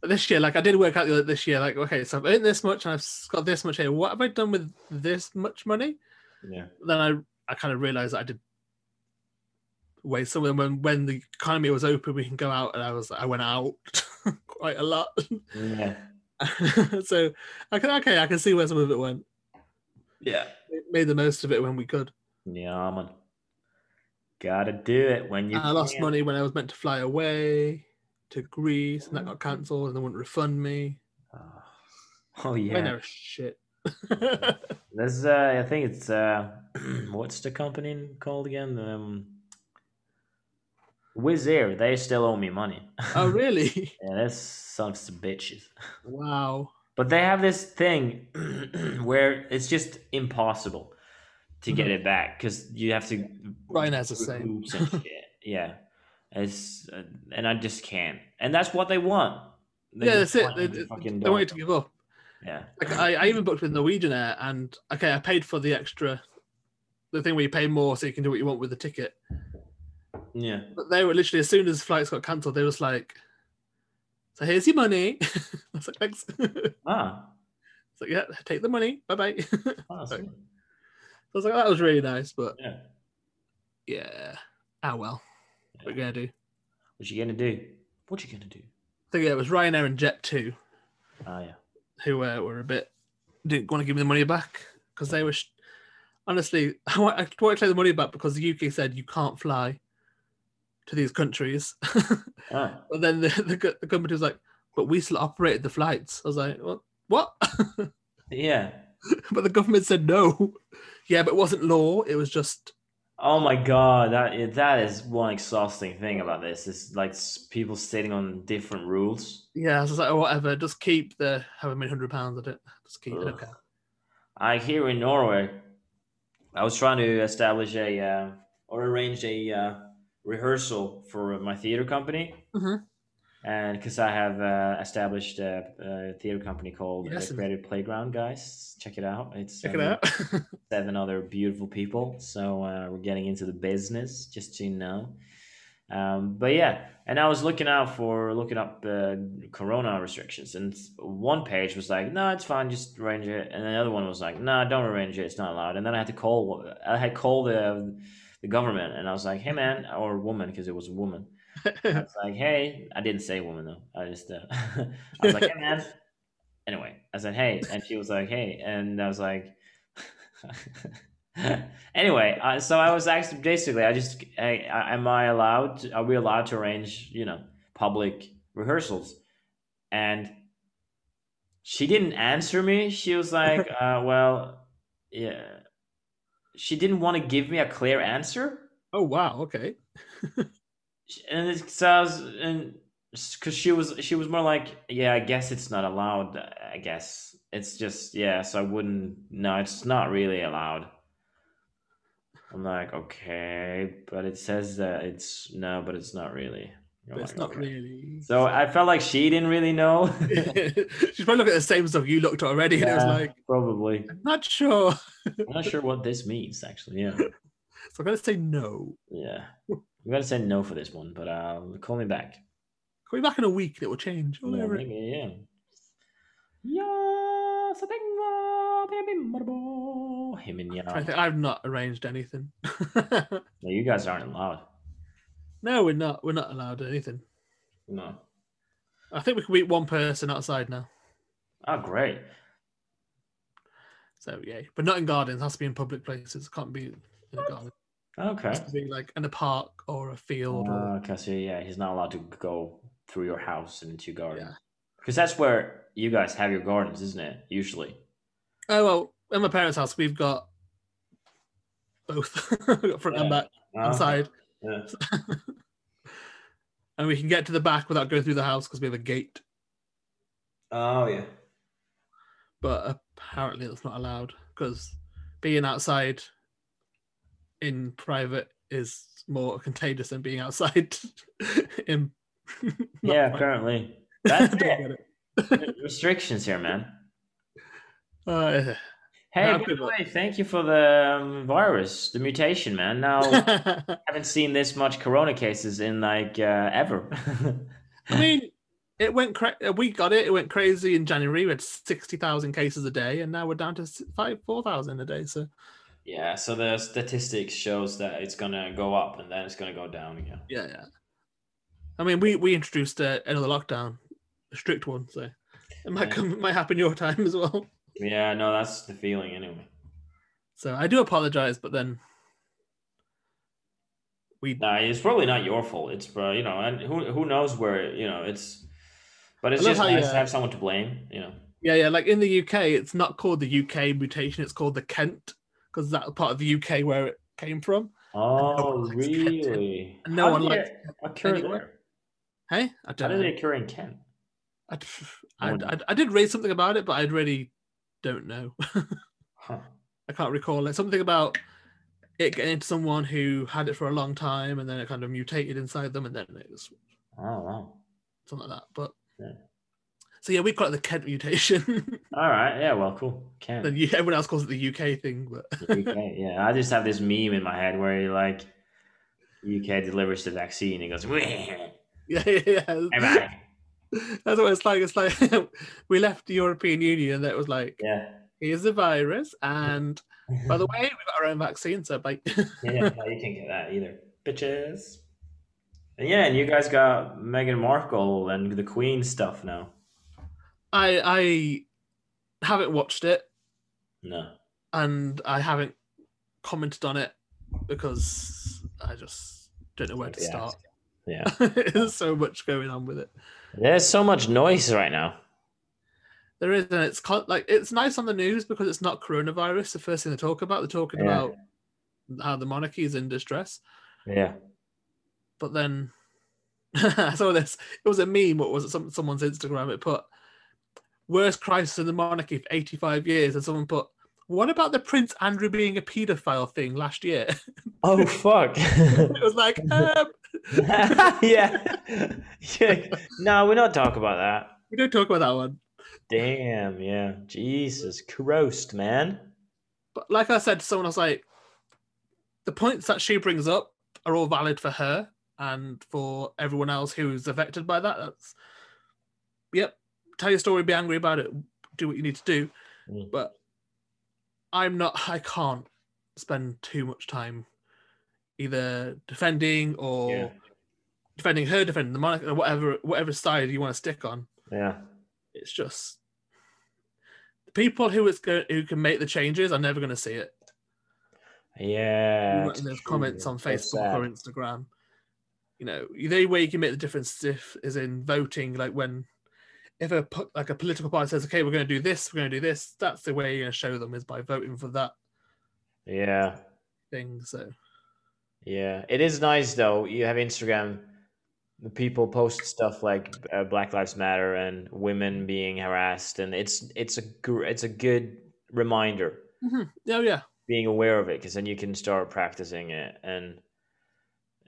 This year, like I did work out the other- this year, like okay, so I've earned this much and I've s- got this much here. What have I done with this much money?
yeah,
Then I I kind of realized that I did. Wait, so when when- when the economy was open, we can go out, and I was I went out quite a lot.
yeah,
so I can okay, I can see where some of it went.
yeah.
Made the most of it when we could.
Yeah, man. Gotta do it when you.
And I lost
can.
money when I was meant to fly away to Greece, and that got cancelled, and they wouldn't refund me.
Oh, Oh,
I
yeah.
know shit.
There's, uh, I think it's uh, what's the company called again? Um, Wizz Air. They still owe me money.
oh really?
yeah, that's sons of bitches.
Wow.
But they have this thing where it's just impossible to get it back because you have to.
Ryanair's Mm-hmm. the same.
Oops and shit. yeah, it's uh, and I just can't. And that's what they want. They
yeah,
just
that's it.
want
They,
you to
they-
fucking
they
don't.
want you to give up.
yeah.
Like I, I even booked with Norwegian Air, and okay, I paid for the extra, the thing where you pay more so you can do what you want with the ticket.
Yeah.
But they were literally as soon as flights got cancelled, they was like, "So here's your money." I was like, "Thanks." it's
Ah.
like, "Yeah, take the money. Bye bye." so I
ah, sweet.
was like, "Oh, "That was really nice," but
Yeah.
yeah, ah well, what you gonna do?
What you gonna do? What you gonna do?
I think yeah, it was Ryanair and Jet Two.
Ah, yeah.
who uh, were a bit didn't want to give me the money back because they were sh- honestly I wa- I wanted to take the money back because the UK said you can't fly to these countries, but
Ah,
then the, the, co- the company was like, but we still operated the flights. I was like, what? What?
yeah.
but the government said no. Yeah, but it wasn't law. It was just
Oh my god, that that is one exhausting thing about this. Is like s- people sitting on different rules.
yeah. I was like, oh, whatever. Just keep the however many hundred pounds. I don't just keep it.
Ugh.
Okay.
I here in Norway, I was trying to establish a uh, or arrange a uh, rehearsal for my theater company,
Mhm.
and because I have uh, established a, a theater company called
Yes.
the Creative Playground, guys, check it out. It's
Check
um,
it out.
seven other beautiful people. So uh, we're getting into the business, just so you know. Um, but yeah, and I was looking out for looking up uh, Corona restrictions, and one page was like, "No, it's fine, just arrange it," and another one was like, "No, don't arrange it, it's not allowed." And then I had to call, I had called the the government, and I was like, "Hey, man, or woman, because it was a woman." I was like, "Hey," I didn't say woman though. I just, uh, I was like, "Hey, man." Anyway, I said, "Hey," and she was like, "Hey," and I was like, anyway, uh, so I was asked basically, I just, I, I, am I allowed? To, are we allowed to arrange, you know, public rehearsals? And she didn't answer me. She was like, uh, well, yeah. She didn't want to give me a clear answer.
oh wow. Okay.
And it's, so I was, and because she was, she was more like, yeah, I guess it's not allowed. I guess it's just, yeah. So I wouldn't. No, it's not really allowed. I'm like, okay, but it says that it's no, but it's not really. I'm
But it's
like,
not
okay.
really.
oh So I felt like she didn't really know.
She's probably looking at the same stuff you looked at already, and it was
Yeah,
like,
probably.
I'm not sure.
I'm not sure what this means actually. Yeah.
So I'm gonna say no.
Yeah. I'm gonna say no for this one, but uh, call me back.
Call me back in a week and it will change.
Yeah,
Whatever.
maybe, yeah. Yeah, That's a thing. uh, baby, motherbo. Him and
I
Jan.
think I've not arranged anything.
No, you guys aren't allowed.
no, we're not. We're not allowed anything.
No.
I think we can meet one person outside now.
Oh, great.
So yeah, but not in gardens. It has to be in public places. It can't be in a garden.
Okay.
It has to be like in a park or a field. or...
Uh, okay, so yeah, he's not allowed to go through your house and into your garden.
Yeah.
Because that's where you guys have your gardens, isn't it? Usually.
Oh well, at my parents' house we've got both We've got front and
Yeah.
back and side,
Yeah.
and we can get to the back without going through the house because we have a gate.
Oh, yeah.
But apparently that's not allowed because being outside in private is more contagious than being outside in. not
Yeah,
private.
currently. That's
Don't
it.
get it.
Restrictions here, man.
Uh,
Hey,
Happy
by the
with-
way, thank you for the um, virus, the mutation, man. Now, I haven't seen this much corona cases in like uh, ever.
I mean, it went cra- we got it. It went crazy in January. We had sixty thousand cases a day, and now we're down to s- five four thousand a day. So
yeah, so the statistics shows that it's gonna go up and then it's gonna go down again.
yeah, yeah. I mean, we we introduced uh, another lockdown, a strict one. So it might
Yeah.
come, it might happen your time as well.
Yeah, no, that's the feeling anyway.
So I do apologize, but then we
Nah, it's probably not your fault. It's uh, you know, and who who knows where you know it's. But it's
I love
just
how you,
nice to
uh,
have someone to blame, you know.
yeah yeah like in the UK, it's not called the UK mutation. It's called the Kent because that's part of the UK where it came from.
Oh,
one likes Kent.
really?
And no
How
one
did
likes
it occur
anyone.
there?
Hey, I
How
don't know.
did it occur in Kent?
I,
I
I,
wouldn't.
I, I did read something about it, but I really don't know.
Huh.
I can't recall it. Something about it getting into someone who had it for a long time and then it kind of mutated inside them and then it was
Oh wow.
something like that. But
Yeah.
so yeah, we call it the Kent mutation.
All right. Yeah. Well. Cool. Kent.
then you, everyone else calls it the UK thing. But
UK. Yeah, I just have this meme in my head where he like UK delivers the vaccine and goes, "Wah,
yeah, yeah, yeah.
everybody."
That's what it's like. It's like we left the European Union and it was like,
yeah.
here's the virus. And by the way, we've got our own vaccine. So bye.
yeah, no, you can't get that either, bitches. And yeah, and you guys got Meghan Markle and the Queen stuff now.
I, I haven't watched it.
No,
and I haven't commented on it because I just don't know where to
Yeah.
start.
yeah.
There's so much going on with it.
There's so much noise right now.
There is, and it's con- like it's nice on the news because it's not coronavirus. The first thing they talk about, they're talking
Yeah.
about how the monarchy is in distress.
Yeah.
But then I saw this. It was a meme. What was it? Some, someone's Instagram. It put worst crisis in the monarchy for 85 years, and someone put, "What about the Prince Andrew being a paedophile thing last year?"
Oh fuck.
it was like, um,
yeah. yeah. No, we're not talking about that.
we don't talk about that one.
Damn. Yeah. Jesus Christ, man.
But like I said to someone, I was like, the points that she brings up are all valid for her and for everyone else who's affected by that. That's, yep, tell your story, be angry about it, do what you need to do.
Mm.
But I'm not, I can't spend too much time either defending or
Yeah.
defending her, defending the monarch, or whatever, whatever side you want to stick on.
Yeah.
It's just the people who it's go- who can make the changes are never going to see it.
Yeah.
Even
it's
there's
true.
comments on
It's so
Facebook or
sad.
Instagram. You know, the only way you can make the difference is if is in voting. Like when, if a po- like a political party says, "Okay, we're going to do this, we're going to do this," that's the way you're going to show them is by voting for that
Yeah.
thing. So
Yeah. It is nice though. You have Instagram. The people post stuff like uh, Black Lives Matter and women being harassed, and it's it's a gr- it's a good reminder
Mhm. yeah, yeah,
being aware of it because then you can start practicing it and.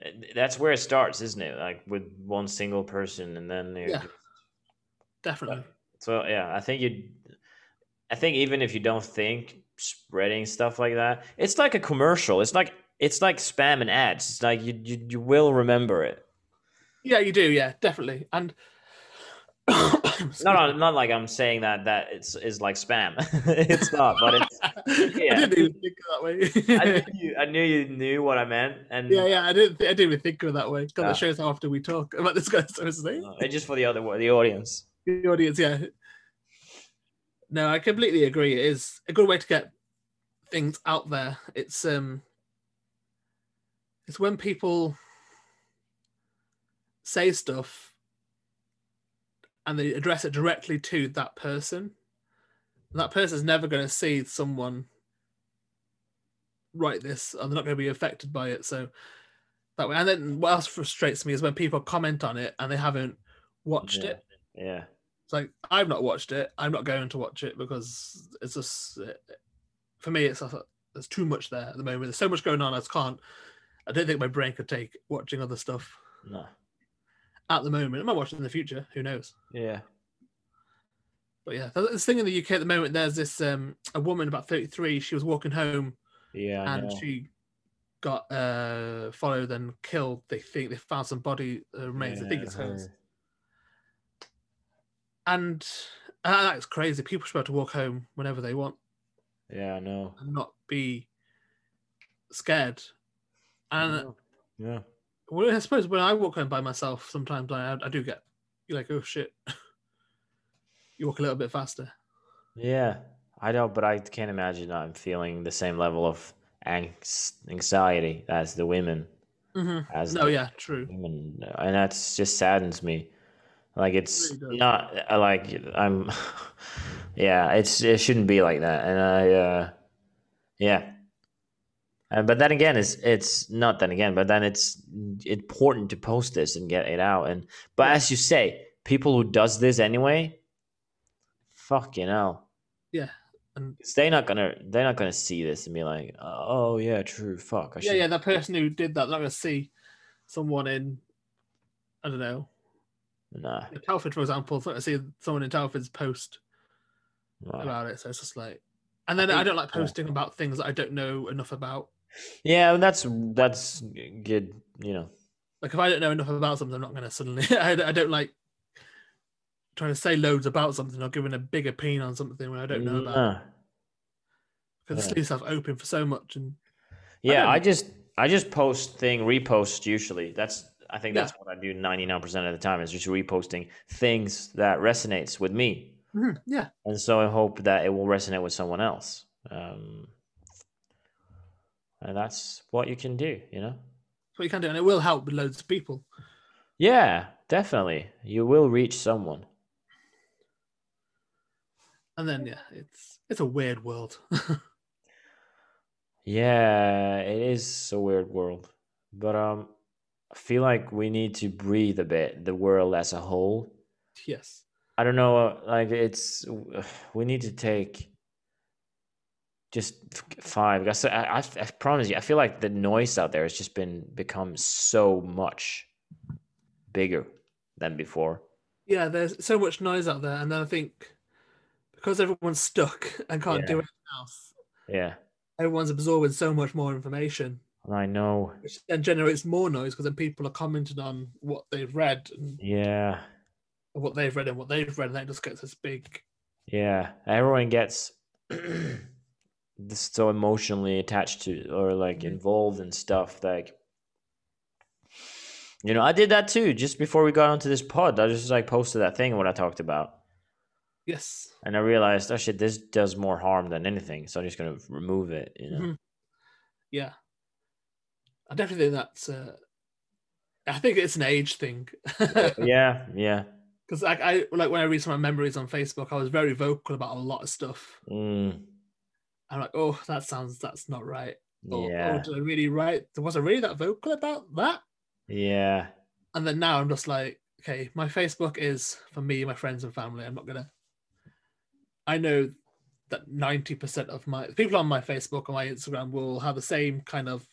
it- That's where it starts, isn't it? Like with one single person, and then you-
Yeah. definitely.
So yeah, I think you. I think even if you don't think spreading stuff like that, it's like a commercial. It's like it's like spam and ads. It's like you you, you will remember it.
Yeah, you do. Yeah, definitely. And
no, no, not like I'm saying that that it's is like spam. it's not, but it's.
I
Yeah.
didn't even think of it that
I
way.
knew, you, I knew you knew what I meant, and
yeah, yeah, I didn't, I didn't even think of it that way. God,
Yeah.
that shows how often we talk about this guy's Thursday.
Uh, just for the other the audience.
The audience, yeah. No, I completely agree. It is a good way to get things out there. It's um, it's when people say stuff and they address it directly to that person. That person's never going to see someone write this, and they're not going to be affected by it. So that way, and then what else frustrates me is when people comment on it and they haven't watched
Yeah.
it.
Yeah,
It's like I've not watched it. I'm not going to watch it because it's just for me. It's there's too much there at the moment. There's so much going on. I just can't. I don't think my brain could take watching other stuff
no.
at the moment. I might watch it in the future. Who knows?
Yeah.
But yeah, there's this thing in the UK at the moment. There's this um a woman about 33. She was walking home
Yeah. I
and
know.
she got uh followed and killed. They think they found some body uh, remains. I think it's
Yeah,
hers. And uh, that's crazy. People should be able to walk home whenever they want.
Yeah, I know.
and not be scared. And
Yeah.
well, I suppose when I walk home by myself, sometimes I, I do get you're like, oh shit, you walk a little bit faster.
Yeah. I know, but I can't imagine I'm feeling the same level of angst, anxiety as the women.
Mm-hmm.
As
No,
the
yeah, true.
women, and that's just saddens me. Like it's
really does.
not I like I'm. yeah, it's it shouldn't be like that, and I. uh Yeah. And but then again, it's it's not then again, but then it's important to post this and get it out. And but
Yeah.
as you say, people who does this anyway, fucking hell.
Yeah, and-
'Cause they're not gonna they're not gonna see this and be like, oh yeah, true, fuck. I
Yeah,
should-
yeah, that person who did that, they're not going to see someone in, I don't know,
Nah.
Telford, for example, they're not going to see someone in Telford's post
nah.
about it. So it's just like, and then I don't like posting about things that I don't know enough about.
Yeah, and that's that's good. You know,
like if I don't know enough about something, I'm not going to suddenly. I, I don't like trying to say loads about something or giving a big opinion on something when I don't know about.
Nah.
Because
yeah.
this leaves yourself open for so much, and
Yeah,
don't
I, just I just post thing repost usually. That's I think that's what I do ninety nine percent of the time is just reposting things that resonates with me,
Mhm, yeah,
and so I hope that it will resonate with someone else. Um, and that's what you can do, you know.
that's what you can do, and it will help with loads of people.
Yeah, definitely, you will reach someone.
And then yeah, it's it's a weird world.
Yeah, it is a weird world. But um I feel like we need to breathe a bit, the world as a whole.
yes,
I don't know, uh, like it's we need to take just f- five. I, s- I, I f- I promise you, I feel like the noise out there has just been become so much bigger than before.
yeah, there's so much noise out there, and then I think because everyone's stuck and can't do
Yeah.
anything else,
Yeah,
everyone's absorbing so much more information
and I know.
which then generates more noise because then people are commenting on what they've read and
Yeah,
what they've read and what they've read, and that just gets this big.
Yeah, everyone gets this so emotionally attached to or like
Mhm.
involved in stuff. Like, you know, I did that too just before we got onto this pod. I just like posted that thing what I talked about,
Yes,
and I realized, oh shit, this does more harm than anything. So I'm just gonna remove it. You know,
Mhm. yeah, I definitely think that's. Uh, I think it's an age thing because
yeah, yeah,
like I like when I read some of my memories on Facebook, I was very vocal about a lot of stuff.
mm,
I'm like, oh, that sounds that's not right. Or,
yeah,
oh, did I really write? Was I really that vocal about that?
yeah,
And then now I'm just like, okay, my Facebook is for me, my friends and family. I'm not gonna. I know that 90% of my people on my Facebook and my Instagram will have the same kind of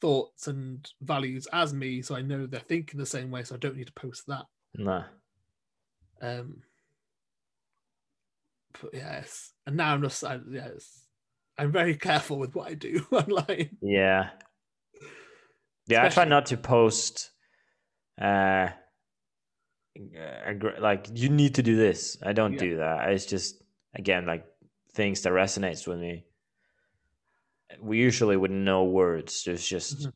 thoughts and values as me, so I know they're thinking the same way, so I don't need to post that.
nah,
Um, but yes, and now I'm just, I, yes, I'm very careful with what I do online.
yeah, yeah. I try
Especially-
not to post. Uh, aggr- like you need to do this. I don't do that. It's just again like things that resonates with me. We usually with no words. It's just
Mhm.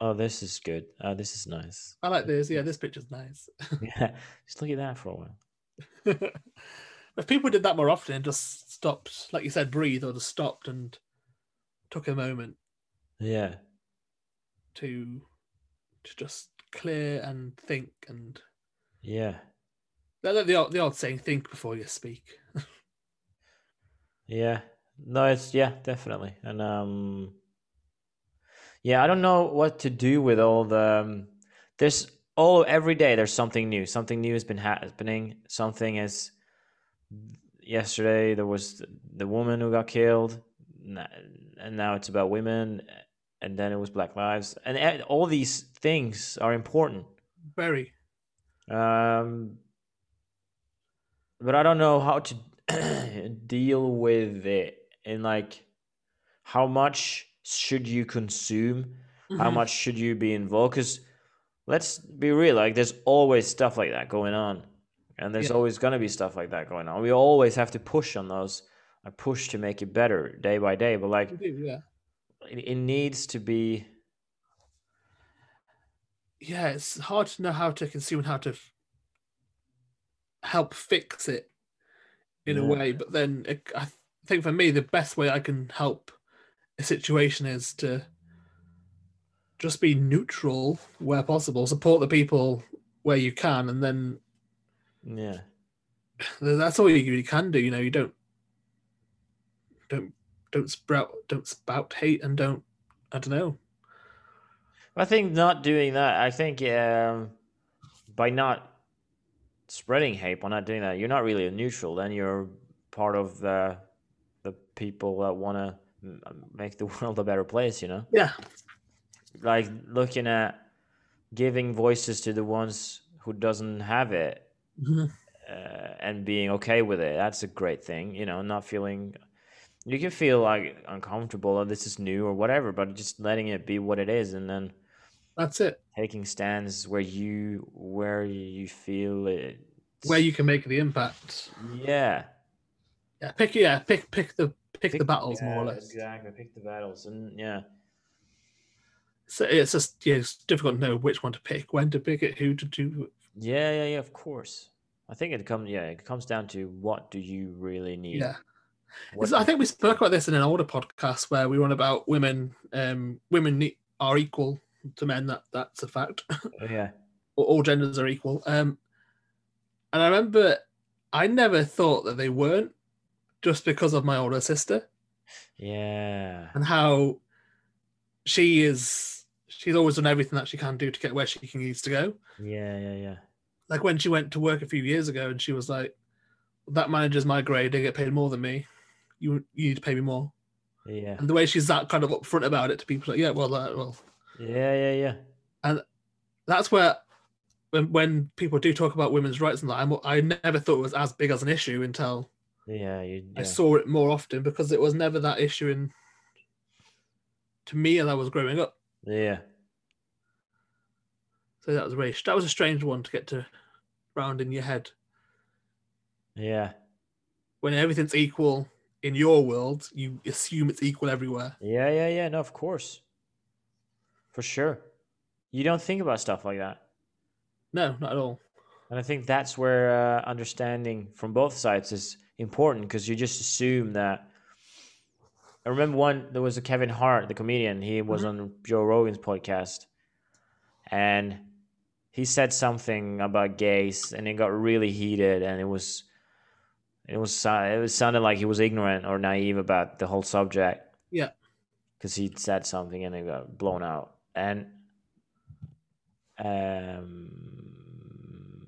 oh this is good. Oh this is nice.
I like this. Yeah, this picture's nice.
yeah, just look at that for a while.
if people did that more often and just stopped, like you said, breathe or just stopped and took a moment
Yeah,
to to just clear and think and
yeah,
the, the, the, old, the old saying, think before you speak.
yeah. No, it's yeah, definitely. And um, yeah, I don't know what to do with all the. Um, there's all every day. There's something new. Something new has been happening. Something is. Yesterday there was the, the woman who got killed, n- and now it's about women, and then it was Black Lives, and e- all these things are important.
Very.
Um, but I don't know how to deal with it and like how much should you consume? How
Mhm.
much should you be involved? Because let's be real, like there's always stuff like that going on, and there's
Yeah.
always gonna be stuff like that going on. We always have to push on those, I push to make it better day by day. But like
You do, yeah.
it, it needs to be,
yeah, it's hard to know how to consume and how to f- help fix it in a
Yeah.
way. But then it, I th- think for me, the best way I can help a situation is to just be neutral where possible, support the people where you can, and then
yeah,
th- that's all you really can do. You know, you don't don't don't sprout don't spout hate and don't I don't know.
I think not doing that. I think um, by not spreading hate, by not doing that, you're not really a neutral. Then you're part of the the people that want to make the world a better place. You know,
Yeah,
like looking at giving voices to the ones who doesn't have it
Mhm.
uh, and being okay with it. That's a great thing. You know, not feeling you can feel like uncomfortable or this is new or whatever, but just letting it be what it is and then
that's it.
taking stands where you where you feel it
Where you can make the impact.
yeah
Yeah, pick yeah, pick pick the pick, the battles more or
yeah,
less.
exactly pick the battles and yeah
So it's just yeah, it's difficult to know which one to pick, when to pick it, who to do. it.
yeah yeah yeah of course i think it comes yeah it comes down to what do you really need
Yeah,
What
It's- I
do-
think we spoke about this in an older podcast where we were on about women. Um, women ne- are equal to men. That that's a fact.
yeah
All- All genders are equal. Um, and I remember I never thought that they weren't, just because of my older sister.
yeah
and how she is she's always done everything that she can do to get where she can needs to go.
yeah yeah yeah
Like when she went to work a few years ago and she was like, That manager's my grade, they get paid more than me. You you need to pay me more.
yeah
And the way she's that kind of upfront about it to people like, Yeah, well that well
yeah yeah yeah
that's where when, when people do talk about women's rights and that, I'm, I never thought it was as big as an issue until
yeah you,
I
yeah.
saw it more often because it was never that issue in to me as I was growing up.
yeah
So that was really that was a strange one to get to round in your head
yeah
when everything's equal in your world. You assume it's equal everywhere.
yeah yeah yeah no of course for sure you don't think about stuff like that
No, not at all.
And I think that's where uh, understanding from both sides is important because you just assume that. I remember one, there was a Kevin Hart, the comedian, he was on Joe Rogan's podcast and he said something about gays and it got really heated and it was. It was so- it was sounded like he was ignorant or naive about the whole subject.
Yeah.
because he said something and it got blown out. And um,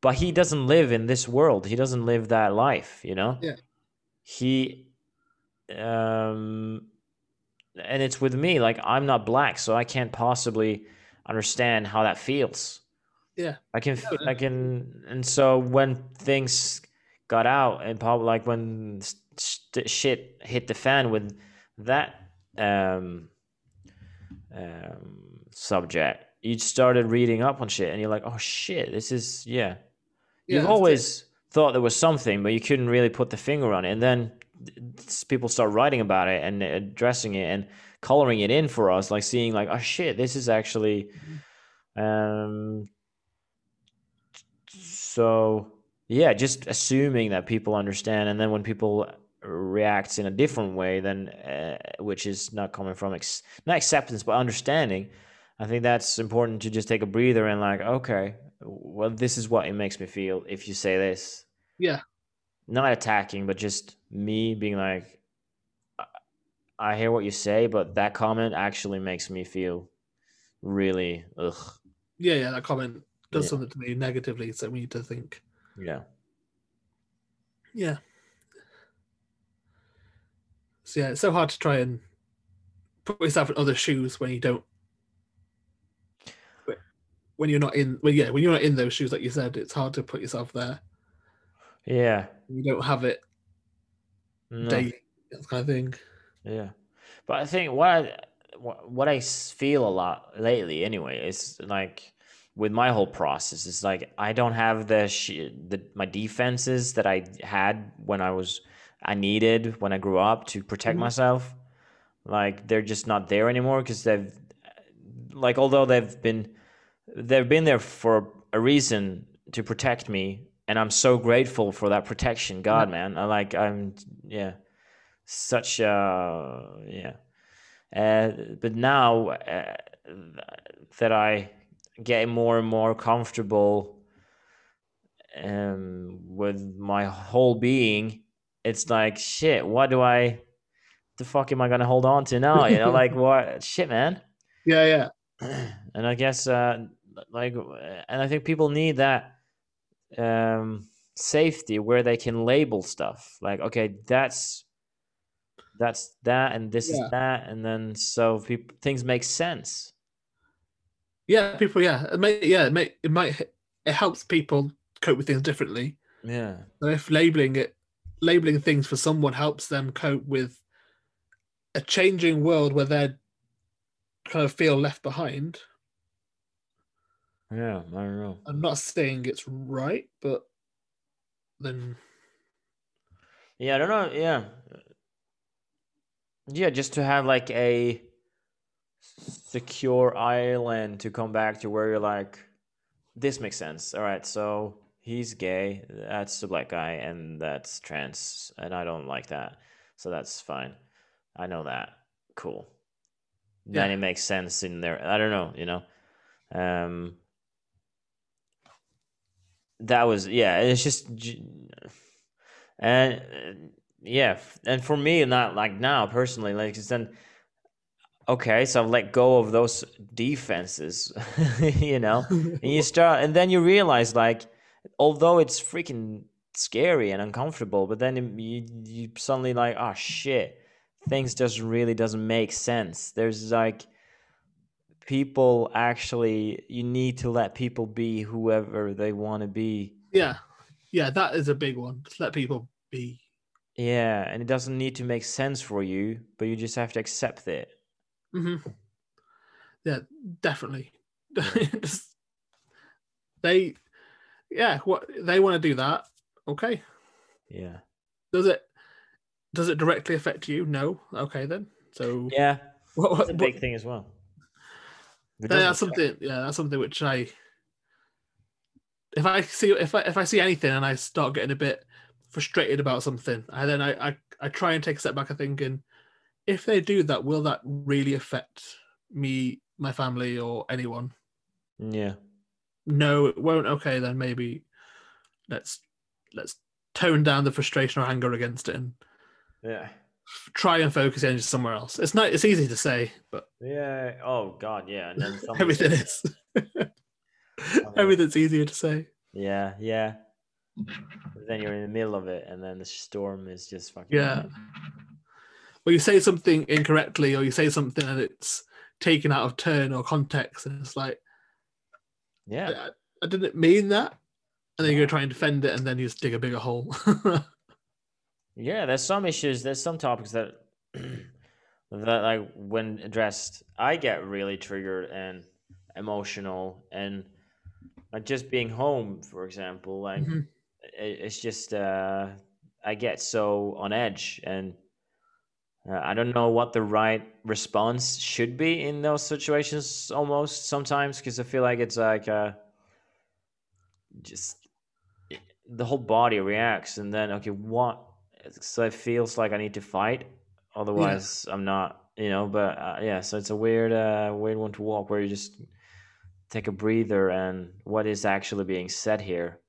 but he doesn't live in this world. He doesn't live that life, you know.
Yeah.
He, um, and it's with me. Like I'm not black, so I can't possibly understand how that feels.
Yeah.
I can.
Yeah,
feel
yeah.
I can. And so when things got out and probably like when s- st- shit hit the fan with that um, um, subject, you started reading up on shit, and you're like, oh shit, this is yeah, You've
Yeah,
always thought there was something, but you couldn't really put the finger on it. And then s- people start writing about it and addressing it and coloring it in for us, like seeing like, oh shit, this is actually. Um, so yeah, just assuming that people understand, and then when people react in a different way, then uh, which is not coming from ex- not acceptance but understanding, I think that's important to just take a breather and like, okay, well, this is what it makes me feel if you say this.
Yeah.
Not attacking, but just me being like, "I- I hear what you say, but that comment actually makes me feel really ugh.
yeah, yeah, that comment does
Yeah.
something to me negatively, so we need to think.
Yeah.
Yeah. So yeah, it's so hard to try and put yourself in other shoes when you don't when you're not in well yeah, when you're not in those shoes like you said, it's hard to put yourself there.
Yeah. Mm.
You don't have it
No.
daily, that kind of thing.
Yeah, but I think what I wha- what I s- feel a lot lately, anyway, is like with my whole process, it's like I don't have the sh- the my defenses that I had when I was I needed when I grew up to protect
Mhm.
myself. Like they're just not there anymore because they've like although they've been they've been there for a reason to protect me and i'm so grateful for that protection god man i like i'm yeah such uh yeah uh, but now uh, that i get more and more comfortable um with my whole being it's like shit what do i the fuck am i gonna hold on to now you know like what shit man
Yeah, yeah.
and I guess uh, like uh, and I think people need that um, safety where they can label stuff like okay that's that's that and this
Yeah.
is that and then so people things make sense
Yeah, people yeah. It may, yeah, it may, it might it helps people cope with things differently.
yeah
So if labeling it, labeling things for someone helps them cope with a changing world where they kind of feel left behind.
yeah I don't know
I'm not saying it's right, but then
yeah I don't know yeah yeah just to have like a secure island to come back to where you're like this makes sense all right so he's gay that's a black guy and that's trans and i don't like that so that's fine i know that cool then
Yeah.
it makes sense in there i don't know you know um that was yeah it's just j- and uh, yeah f- and for me not like now personally like 'cause then okay so i've let go of those defenses you know and you start and then you realize like although it's freaking scary and uncomfortable but then it- you, you suddenly like oh shit things just really doesn't make sense there's like people actually you need to let people be whoever they want to be
yeah, yeah, that is a big one. Just let people be.
yeah and it doesn't need to make sense for you but you just have to accept it
hmm Yeah, definitely. Just- they, yeah, what they want to do that. Okay,
yeah
does it? Does it directly affect you? No. Okay then. So
yeah
what,
that's a
what, what,
big thing as well It
Yeah,
doesn't
that's
affect-
something. Yeah, that's something which I, if I see if I if I see anything and I start getting a bit frustrated about something, I then I I, I try and take a step back and thinking, if they do that, will that really affect me, my family, or anyone?
yeah
No, it won't. Okay, then maybe let's let's tone down the frustration or anger against it and
yeah
try and focus the energy somewhere else. It's not. It's easy to say, but
Yeah. Oh God. Yeah. And then somebody
everything
said-
is. Everything's easier to say.
Yeah. Yeah. But then you're in the middle of it, and then the storm is just fucking.
Yeah. Or you say something incorrectly, or you say something and it's taken out of turn or context, and it's like, I,
Yeah.
I- I didn't mean that. And then you go try and defend it, and then you just dig a bigger hole.
Yeah. There's some issues. There's some topics that that like when addressed, I get really triggered and emotional, and Like just being home, for example, like
Mhm.
it, it's just uh, I get so on edge, and uh, I don't know what the right response should be in those situations. Almost sometimes because I feel like it's like uh, just the whole body reacts, and then okay, what? So it feels like I need to fight, otherwise I'm not, you know. But uh, yeah, so it's a weird, uh, weird one to walk where you just take a breather and what is actually being said here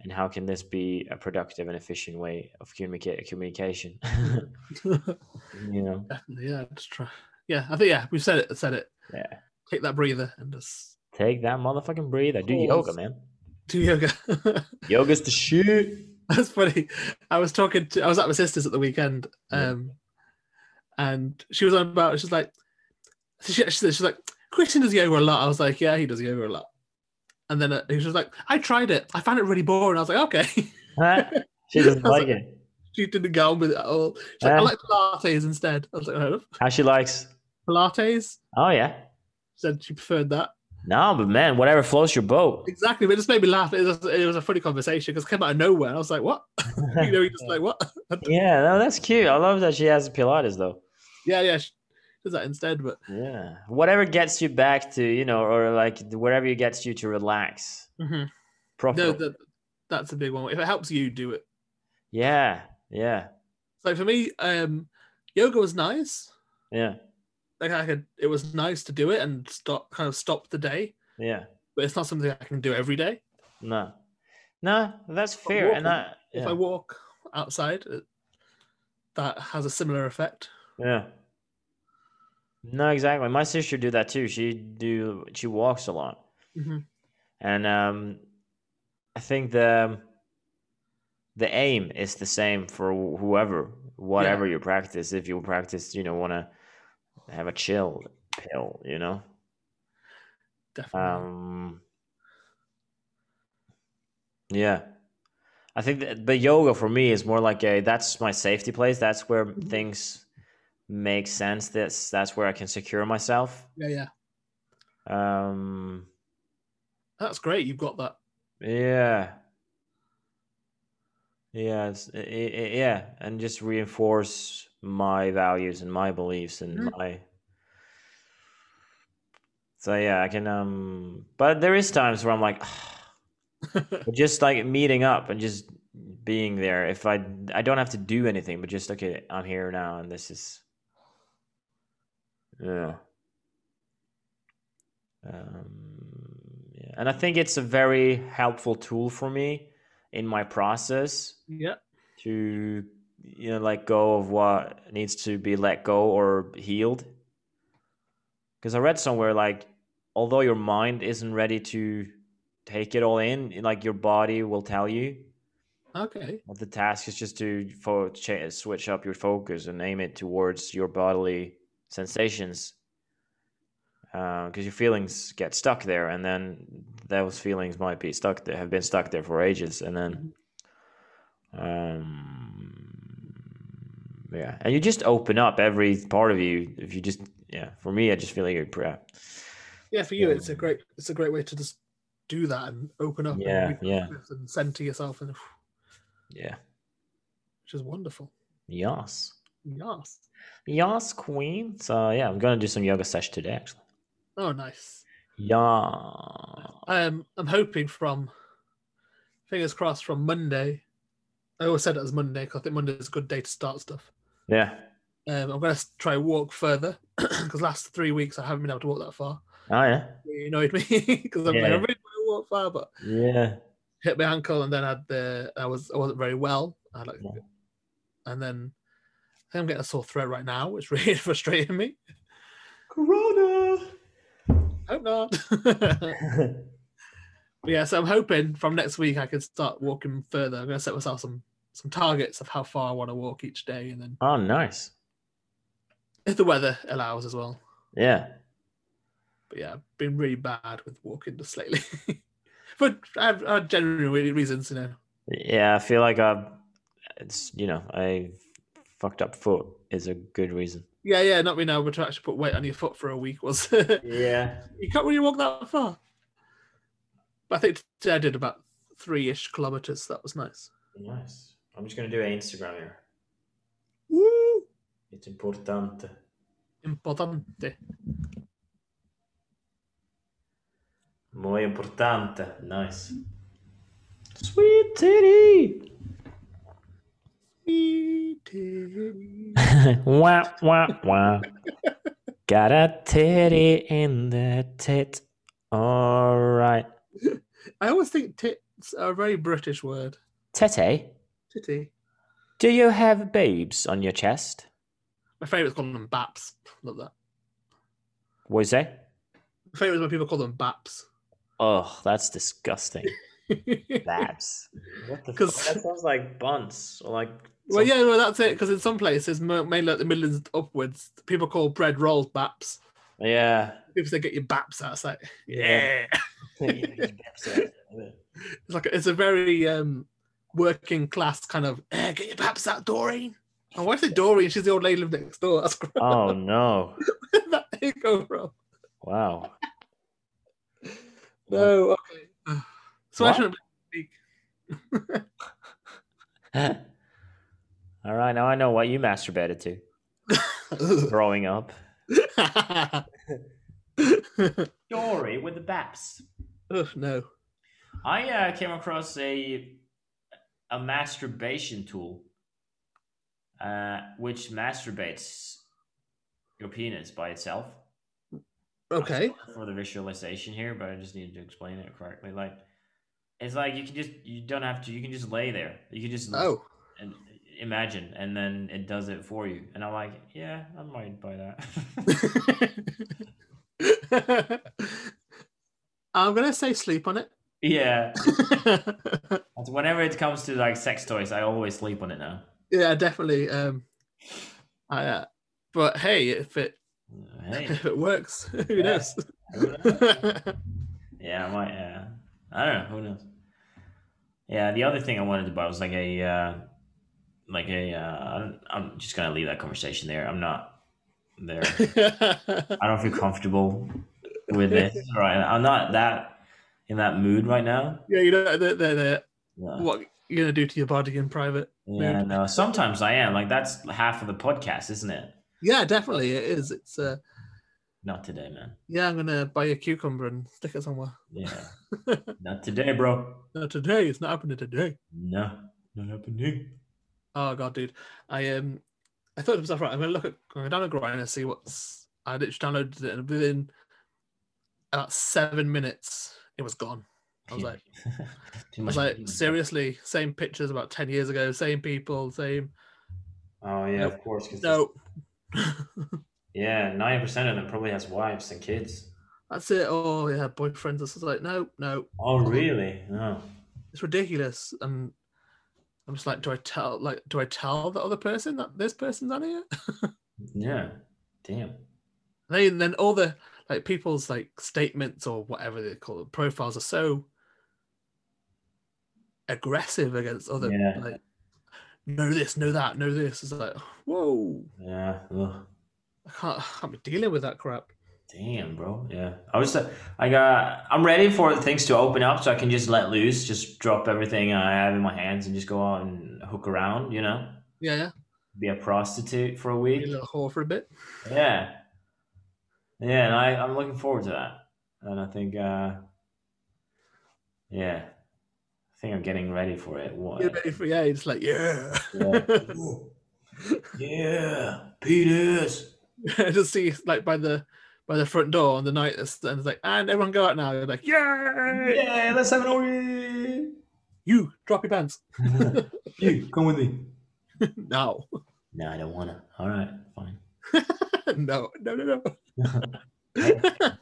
and how can this be a productive and efficient way of communica- communication you know
Definitely, yeah. Just try. Yeah, I think yeah, we've said it. Said it.
Yeah.
Take that breather and just
take that motherfucking breather do
Pause.
yoga man
do yoga.
yoga's the shit
That's funny. I was talking to I was at my sister's at the weekend,
Yeah.
um, and she was on about. She's like, she, she, she's like, Christian does yoga a lot. I was like, yeah, he does yoga a lot. And then uh, she was like, I tried it. I found it really boring. I was like, okay.
Huh? she doesn't
I was
like it
she didn't go on with it at all. She's like, I
Uh.
like Pilates instead. I was like, oh,
how she likes
Pilates.
oh yeah
Said she preferred that.
no but man whatever floats your boat
Exactly, but it just made me laugh. It was, it was a funny conversation because it came out of nowhere. I was like, "What?" you know, you just like, "What?"
yeah no that's cute i love that she has pilates though
yeah, yeah. She does that instead, but
yeah whatever gets you back to you know or like whatever gets you to relax
Mhm.
properly
no, that, that's a big one. If it helps you, do it.
yeah yeah
So for me, um, yoga was nice.
yeah
Like I could, it was nice to do it and stop, kind of stop the day.
yeah
But it's not something I can do every day.
No, no, that's
But
fair. And
walking,
I,
If I
yeah,
walk outside, it, that has a similar effect.
yeah, no, exactly. My sister do that too. She do she walks a lot,
Mhm.
and um, I think the um, the aim is the same for wh- whoever, whatever you practice. If you practice, you know, want to have a chill pill, you know.
Definitely.
Um, yeah, I think that the yoga for me is more like a that's my safety place. That's where
Mhm.
things make sense. That's that's where I can secure myself.
yeah, yeah.
Um,
That's great. You've got that.
yeah, yeah, it's, i i yeah, and just reinforce my values and my beliefs and
Mhm.
my. So yeah, I can. Um, but there is times where I'm like. But just like meeting up and just being there if i i don't have to do anything but just okay i'm here now and this is yeah um yeah and i think it's a very helpful tool for me in my process
yeah.
to you know let go of what needs to be let go or healed because i read somewhere like although your mind isn't ready to take it all in like your body will tell you
Okay.
but the task is just to fo- cha- switch up your focus and aim it towards your bodily sensations because your feelings get stuck there and then those feelings might be stuck there have been stuck there for ages and then um yeah and you just open up every part of you if you just yeah for me i just feel like you're pre-
yeah for you it's a
Um,
great it's a great way to just do that and open up
Yeah,
and,
yeah.
refocus and send to yourself and which
yeah
is wonderful
yes
yes
yes queen so Uh, yeah i'm gonna do some yoga session today actually
oh nice
yeah
um i'm hoping from fingers crossed from monday i always said it as monday because i think monday is a good day to start stuff
yeah
um i'm going to try and walk further because last three weeks i haven't been able to walk that far
oh yeah
it annoyed me because i'm
Yeah.
like i really want to walk far but
yeah
hit my ankle and then had the I was I wasn't very well. I had like,
Yeah.
and then I think I'm getting a sore throat right now, which really frustrating me.
corona
I hope not. But yeah, so I'm hoping from next week I can start walking further. I'm gonna set myself some some targets of how far I want to walk each day, and then
oh nice
if the weather allows as well.
yeah
But yeah, I've been really bad with walking just lately. But I have, I have general re- reasons, you know.
yeah i feel like i it's you know i fucked up foot is a good reason
Yeah, yeah, not me now, but to actually put weight on your foot for a week was
yeah
you can't really walk that far. But I think today I did about three ish kilometers. That was nice.
Nice. I'm just gonna do an Instagram here.
Woo!
It's importante.
Importante.
Muy importante. Nice. Sweet titty. wah wah wah. Got a titty in the tit. All right.
I always think tits are a very British word.
Tete,
Titty.
do you have babes on your chest?
My favourite's calling them baps. Love that.
What is that?
My favourite is when people call them baps.
Oh, that's disgusting. Babs. What the fuck?
'Cause-
That sounds like bunts or like.
well,
some-
yeah, well, that's it. Because in some places, mo- mainly like the Midlands upwards, people call bread rolls baps.
Yeah.
People say get your baps out. It's like, yeah.
Yeah. yeah.
It's like it's a very um working class kind of eh, get your baps out, Doreen. And why is it Doreen? She's the old lady who lived next door. That's great.
Oh no!
that they go wrong.
Wow.
No, okay. So I
What?
shouldn't
All right, now I know what you masturbated to growing up. Story with the Baps.
Ugh, no.
I uh, came across a a masturbation tool, uh, which masturbates your penis by itself.
Okay.
For the visualization here, but I just needed to explain it correctly. Like, it's like you can just you don't have to. You can just lay there. You can just
Oh.
and imagine, and then it does it for you. And I'm like, yeah, I might buy that.
I'm gonna say sleep on it.
yeah, That's- whenever it comes to like sex toys, I always sleep on it now.
yeah, definitely. Um, I, uh, but hey, if it
Hey,
if it works, who
Yeah.
knows?
who knows? Yeah, I might. Uh, I don't know. Who knows? Yeah, the other thing I wanted to buy was like a, uh, like a. Uh, I don't, I'm just gonna leave that conversation there. I'm not there. I don't feel comfortable with this right. now. I'm not that in that mood right now.
yeah, you know, they're, they're, they're,
Yeah.
what you're gonna do to your body in private.
yeah,
mood?
no. Sometimes I am. Like that's half of the podcast, isn't it?
Yeah, definitely it is. It's uh,
Not today, man.
yeah, I'm gonna buy a cucumber and stick it somewhere.
Yeah, not today, bro.
No, today it's not happening today.
No, not happening.
Oh god, dude, I um, I thought to myself, right, I'm gonna look at I'm gonna download Grind and see what's. I literally downloaded it, and within about seven minutes, it was gone. I was like,
too
I
much.
was like,
penis.
seriously, same pictures about ten years ago, same people, same.
Oh yeah, of course. 'cause
No,
Yeah, ninety percent of them probably has wives and kids.
that's it. Oh yeah, boyfriends. I was like, no, no,
Oh really? No.
it's ridiculous. And I'm just like, do I tell like do I tell the other person that this person's on here?
Yeah. Damn.
They then all the like people's like statements or whatever they call it, profiles are so aggressive against other
Yeah.
like know this, know that, know this. It's like, whoa,
Yeah. Ugh.
I can't, I can't be dealing with that crap.
Damn, bro. Yeah. I was. Uh, I got. I'm ready for things to open up, so I can just let loose, just drop everything I have in my hands, and just go out and hook around. You know,
Yeah, yeah.
be a prostitute for a
Be a
week.
little whore for a bit.
Yeah. Yeah, and I, I'm looking forward to that. And I think, uh, yeah, I think I'm getting ready for it. What?
You're ready for yeah, it's like, yeah.
Yeah. yeah, penis.
I just see like by the by the front door on the night that's and it's like, and everyone go out now. They're like, yeah.
Yeah, let's have an orgy.
You drop your pants
you come with me.
now.
No, I don't wanna. All right, fine.
no, no, no, no.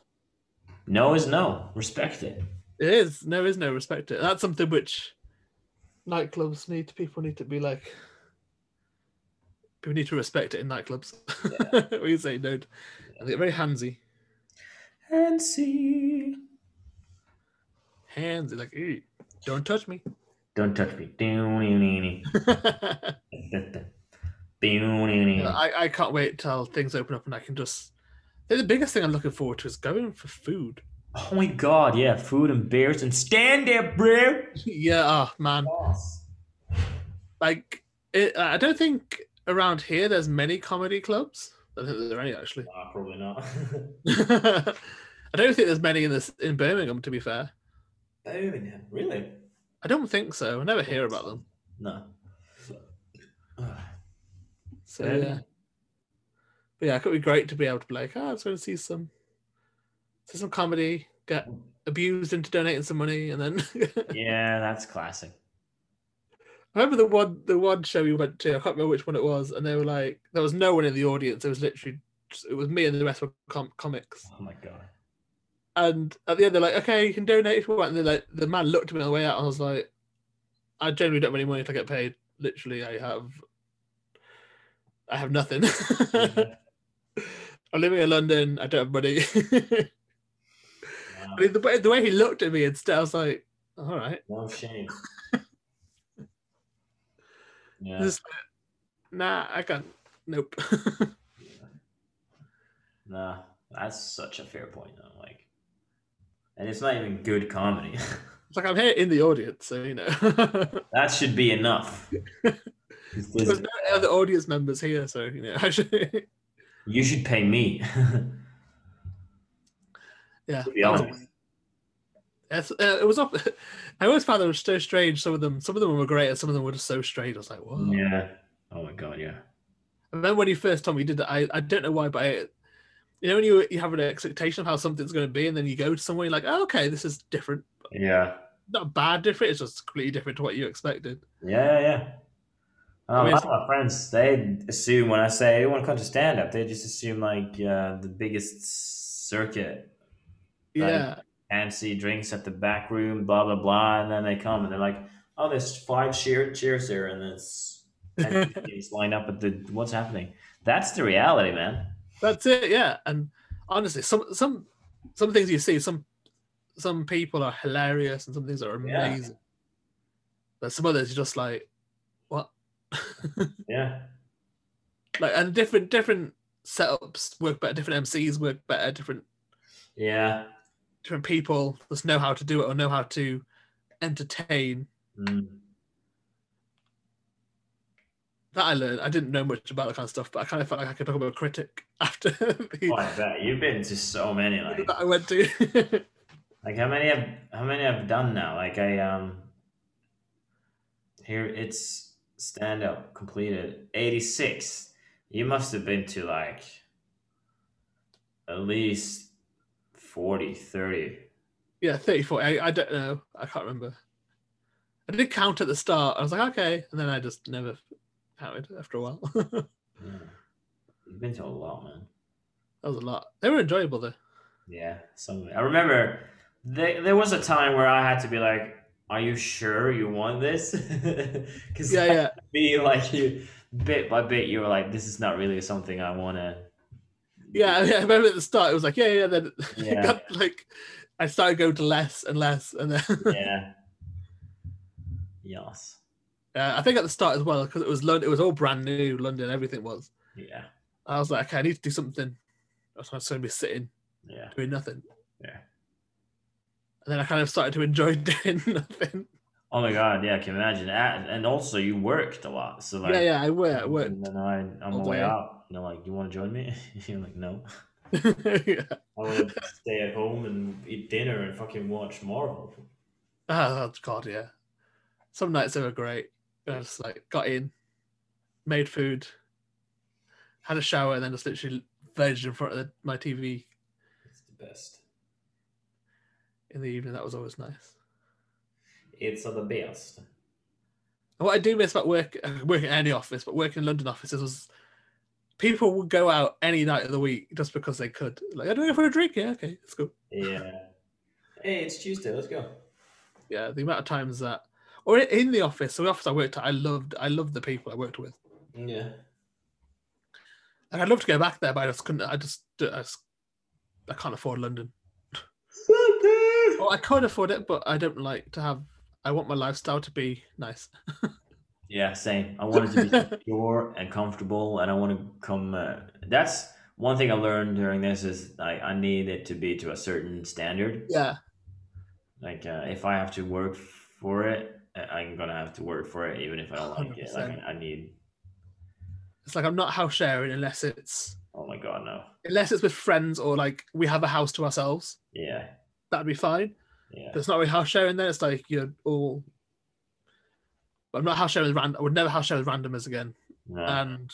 No is no. Respect it.
It is. There is no respect. To it. That's something which nightclubs need. People need to be like. People need to respect it in nightclubs. we say no. And they get very handsy.
And see.
Handsy, like, "Ew, don't touch me.
Don't touch me. Doo-doo-doo-doo.
I,
Doo-doo-doo-doo.
I can't wait till things open up and I can just. I think the biggest thing I'm looking forward to is going for food.
Oh my god, yeah, food and beers and stand there, bro.
yeah, oh man. Like it, I don't think around here there's many comedy clubs. I don't think there are any actually.
Nah, probably not.
I don't think there's many in this in Birmingham. To be fair,
Birmingham, really?
I don't think so. I never hear about them.
No.
So
Yeah.
yeah, but yeah, it could be great to be able to be like, oh, I was going to see some, see some comedy, get abused into donating some money, and then
Yeah, that's classic.
I remember the one the one show we went to. I can't remember which one it was, and they were like, there was no one in the audience. It was literally just, it was me and the rest were com- comics.
Oh my god.
And at the end, they're like, okay, you can donate if you want. And they're like, the man looked at me on the way out, and I was like, I generally don't have any money to get paid. Literally, I have, I have nothing.
Yeah.
I'm living in London. I don't have money. I mean, the way the way he looked at me instead, I was like, all right.
No shame. Yeah.
Just like, nah, I can't. Nope.
Nah, that's such a fair point though. Like and it's not even good comedy.
It's like I'm here in the audience, so you know. There's
that should be enough. It's just-
no other audience members here, so you know. I should-
you should pay me.
yeah.
be honest.
It's- uh, it was. Up, I always found them so strange. Some of them, some of them were great, and some of them were just so strange. I was like, "Whoa!"
yeah. Oh my god, yeah.
And then when you first told me you did that, I, I don't know why, but I, you know, when you you have an expectation of how something's going to be, and then you go to somewhere, you're like, oh, "Okay, this is different.
Yeah.
Not bad, different. It's just completely different to what you expected."
Yeah, yeah. Um,
mean,
a lot
it's-
of my friends, they assume when I say you want to come to stand up, they just assume like uh, the biggest circuit, Right.
Yeah,
fancy drinks at the back room, blah blah blah, and then they come and they're like, oh, there's five cheer cheers here, and there's ten cheers lined up at the what's happening. That's the reality, man.
That's it, yeah. And honestly, some some some things you see, some some people are hilarious and some things are
Yeah.
amazing. But some others are just like what?
Yeah,
like and different different setups work better, different MCs work better, different
yeah.
different people just know how to do it or know how to entertain.
Mm.
That I learned. I didn't know much about that kind of stuff, but I kind of felt like I could become a critic after the
Oh, I bet you've been to so many. Like,
that I went to.
Like how many have how many I've done now? Like I um here it's stand up completed eighty six. You must have been to like at least 40, 30.
Yeah, 34. I, I don't know. I can't remember. I did count at the start. I was like, okay. And then I just never counted after a while. that
Yeah. You've been to a lot, man.
was a lot. They were enjoyable, though.
Yeah, some. I remember there, there was a time where I had to be like, "Are you sure you want this?" Because
Yeah, yeah.
me, like you, bit by bit, you were like, "This is not really something I want to."
Yeah, yeah. I remember at the start, it was like, yeah, yeah. Then
Yeah.
it got, like, I started going to less and less. And then
yeah. Yes.
uh, I think at the start as well, because it was London, it was all brand new, London, everything was.
Yeah.
I was like, okay, I need to do something. I was just going to be sitting,
Yeah.
doing nothing.
Yeah.
And then I kind of started to enjoy doing nothing.
Oh my god. Yeah. I can imagine that. And also, you worked a lot. So like.
yeah, yeah, I worked. I worked.
And then I, on my
all
way
day.
out, you know, like, you want to join me? You're like, no. mm.
yeah.
I want to stay at home and eat dinner and fucking watch Marvel.
Oh God, yeah. Some nights they were great. I just like got in, made food, had a shower, and then just literally vegged in front of the, my TV
It's the best.
in the evening. That was always nice.
It's the best.
And what I do miss about work, working at any office, but working in London offices was people would go out any night of the week just because they could. Like, I don't go for a drink. Yeah, okay, let's go.
Yeah. Hey, it's Tuesday. Let's go.
Yeah, the amount of times that, or in the office, the office I worked at, I loved, I loved the people I worked with.
Yeah.
And I'd love to go back there, but I just couldn't. I just, I, just, I can't afford London. Well, I could afford it, but I don't like to have. I want my lifestyle to be nice.
Yeah, same. I wanted to be secure and comfortable, and I want to come. Uh, that's one thing I learned during this is I, I need it to be to a certain standard.
Yeah.
Like uh, if I have to work for it, I- I'm gonna have to work for it, even if I don't like it. Like
100%.
I I need.
It's like I'm not house sharing unless it's
Oh my god, no.
unless it's with friends or like we have a house to ourselves.
Yeah,
That'd be fine.
yeah.
But it's not really house sharing then. It's like you're all. But I'm not house sharing with random. I would never house share with randomers again.
No.
And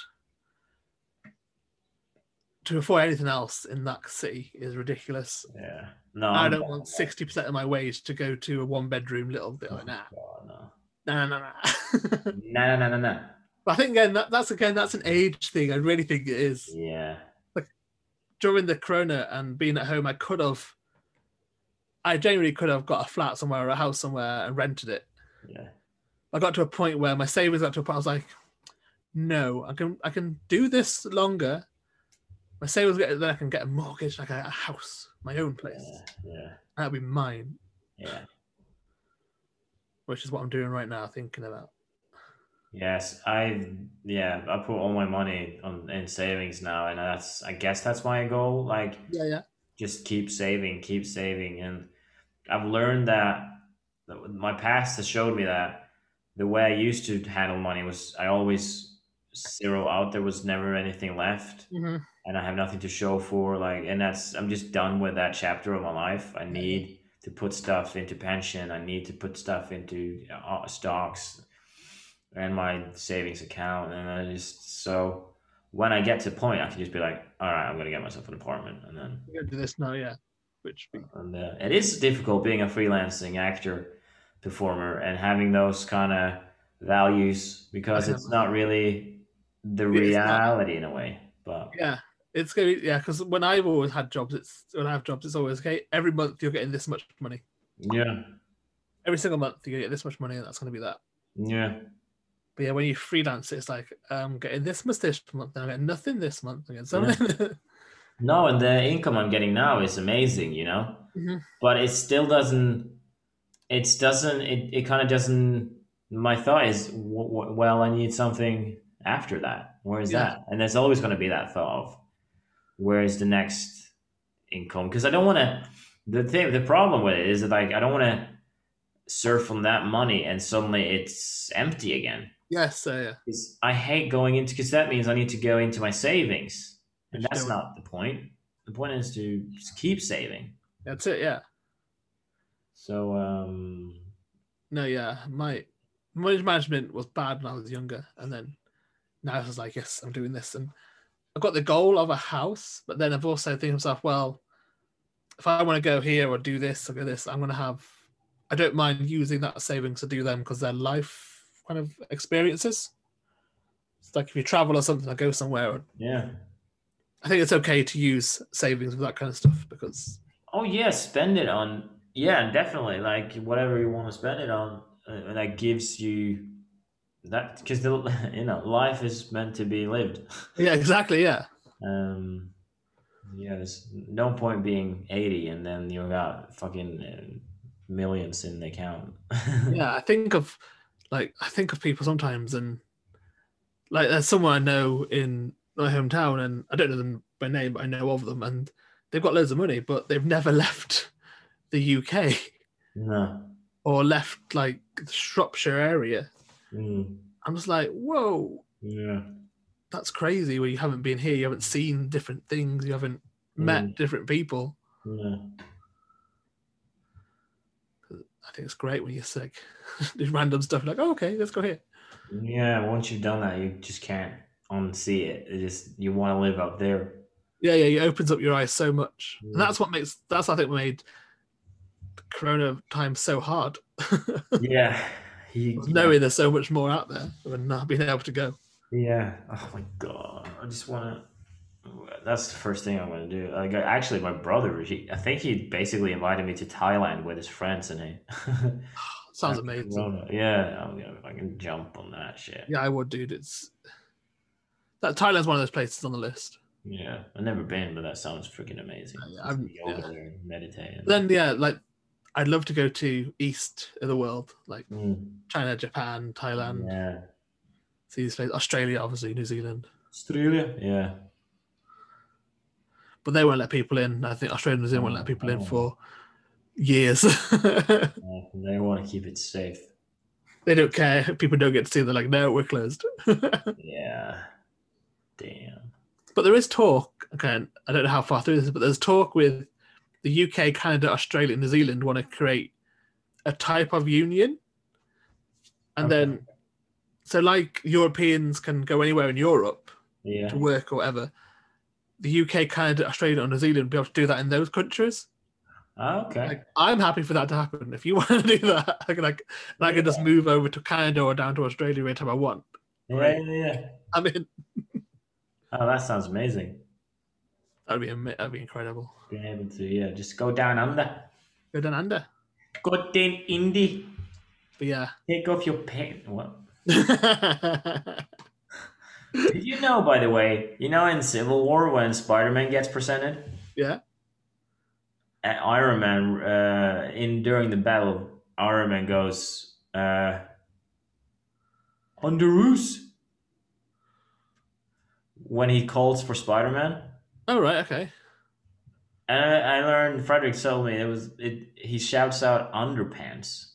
to afford anything else in that city is ridiculous.
yeah. No.
I
I'm
don't
down
want
with that.
sixty percent of my wage to go to a one bedroom little bit.
Oh
Like, nah,
God, no.
nah, nah, nah. nah.
No, no, no, no, no.
But I think again that, that's again that's an age thing. I really think it is.
Yeah.
During the corona and being at home, I could have I genuinely could have got a flat somewhere or a house somewhere and rented it.
Yeah.
I got to a point where my savings got to a point I was like, no, I can I can do this longer. My savings get then I can get a mortgage, like a, a house, my own place.
Yeah. Yeah.
That'll be mine,
Yeah.
which is what I'm doing right now, thinking about.
Yes, I yeah, I put all my money on in savings now, and that's I guess that's my goal. Like
Yeah, yeah.
just keep saving, keep saving, and I've learned that that my past has showed me that the way I used to handle money was I always zero out. There was never anything left,
hmm
and I have nothing to show for. Like, and that's I'm just done with that chapter of my life. I need to put stuff into pension. I need to put stuff into uh, stocks and my savings account. And I just so when I get to a point, I can just be like, all right, I'm gonna get myself an apartment, and then
I'm gonna do this now, yeah. Which
and uh, it is difficult being a freelancing actor, performer, and having those kind of values because
Yeah.
it's not really the
It's not.
reality in a way. But
Yeah, it's gonna be yeah. Because when I've always had jobs, it's when I have jobs, it's always okay. Every month you're getting this much money.
yeah,
Every single month you get this much money, and that's gonna be that.
yeah,
But yeah, when you freelance, it's like I'm getting this much this month, and I'm getting nothing this month. I'm getting something.
no, and the income I'm getting now is amazing, you know.
Mhm.
But it still doesn't. It doesn't. It it kind of doesn't. My thought is, w- w- well, I need something after that. Where is
Yeah.
that? And there's always going to be that thought of, where is the next income? Because I don't want to. The thing, the problem with it is that like I don't want to surf on that money and suddenly it's empty again.
yes, so yeah,
is I hate going into because that means I need to go into my savings, and
Which
that's
don't-
not the point. The point is to just keep saving.
that's it. Yeah,
So um,
no, yeah. My money management was bad when I was younger, and then now I was like, yes, I'm doing this, and I've got the goal of a house, but then I've also thinking to myself, well, if I want to go here or do this or go this, I'm going to have. I don't mind using that savings to do them because they're life kind of experiences. It's like if you travel or something, I go somewhere. Or,
yeah.
I think it's okay to use savings for that kind of stuff because
Oh yeah, spend it on yeah, definitely. Like whatever you want to spend it on, uh, and that gives you that because the you know life is meant to be lived.
yeah, exactly, yeah,
Um, yeah, there's no point being eighty and then you got fucking uh, millions in the account.
yeah. I think of like I think of people sometimes, and like there's someone I know in my hometown, and I don't know them by name, but I know of them, and they've got loads of money, but they've never left the UK
no.
or left like the Shropshire area.
Mm.
I'm just like, whoa,
Yeah.
that's crazy. Where you haven't been here, you haven't seen different things, you haven't met
Mm.
different people.
Yeah.
I think it's great when you're sick. There's random stuff like, oh, okay, let's go here.
Yeah, once you've done that, you just can't unsee it. It just you want to live up there.
Yeah, yeah, it opens up your eyes so much,
Yeah.
and that's what makes that's I think what made the Corona time so hard.
yeah. You,
Was Knowing there's so much more out there and not being able to go.
Yeah. Oh my god. I just want to. That's the first thing I'm gonna do. Like, I- actually, my brother. He, I think he basically invited me to Thailand with his friends, and he.
Sounds amazing.
Yeah, I'm gonna fucking jump on that shit. Yeah.
Yeah, I would, dude. It's that Thailand's one of those places on the list.
I've never been, but that sounds freaking amazing.
Yeah,
Just
I'm-
be over
yeah.
there and meditate. and-
Then yeah, like I'd love to go to east of the world, like
Mm,
China, Japan, Thailand,
yeah.
see these places, Australia, obviously, New Zealand.
Australia. Yeah.
but they won't let people in. I think Australia and New Zealand won't let people in
Oh.
for years.
Uh, they want to keep it safe.
they don't care. People don't get to see. They're like, no, we're closed. but
Yeah. Damn.
there is talk. Okay, I don't know how far through this, is, but there's talk with the UK, Canada, Australia, and New Zealand want to create a type of union, and
Okay.
then so like Europeans can go anywhere in Europe
Yeah.
to work or whatever. The UK, Canada, Australia, or New Zealand will be able to do that in those countries.
Ah, Okay.
Like, I'm happy for that to happen. If you want to do that, I can like, and I can just move over to Canada or down to Australia anytime I want.
Right. Yeah.
I mean,
Oh, that sounds amazing.
that'd be ama- that'd be incredible.
Being able to, yeah, just go down under.
Go down under,
Go down indie.
but yeah.
Take off your pants. What?
yeah,
Did you know, by the way, you know in Civil War when Spider Man gets presented? At Iron Man, uh, in during the battle, Iron Man goes, uh, under ruse. When he calls for Spider Man.
All Oh, right. Okay.
And Uh, I, I learned, Frederick told me, it was, it, he shouts out underpants.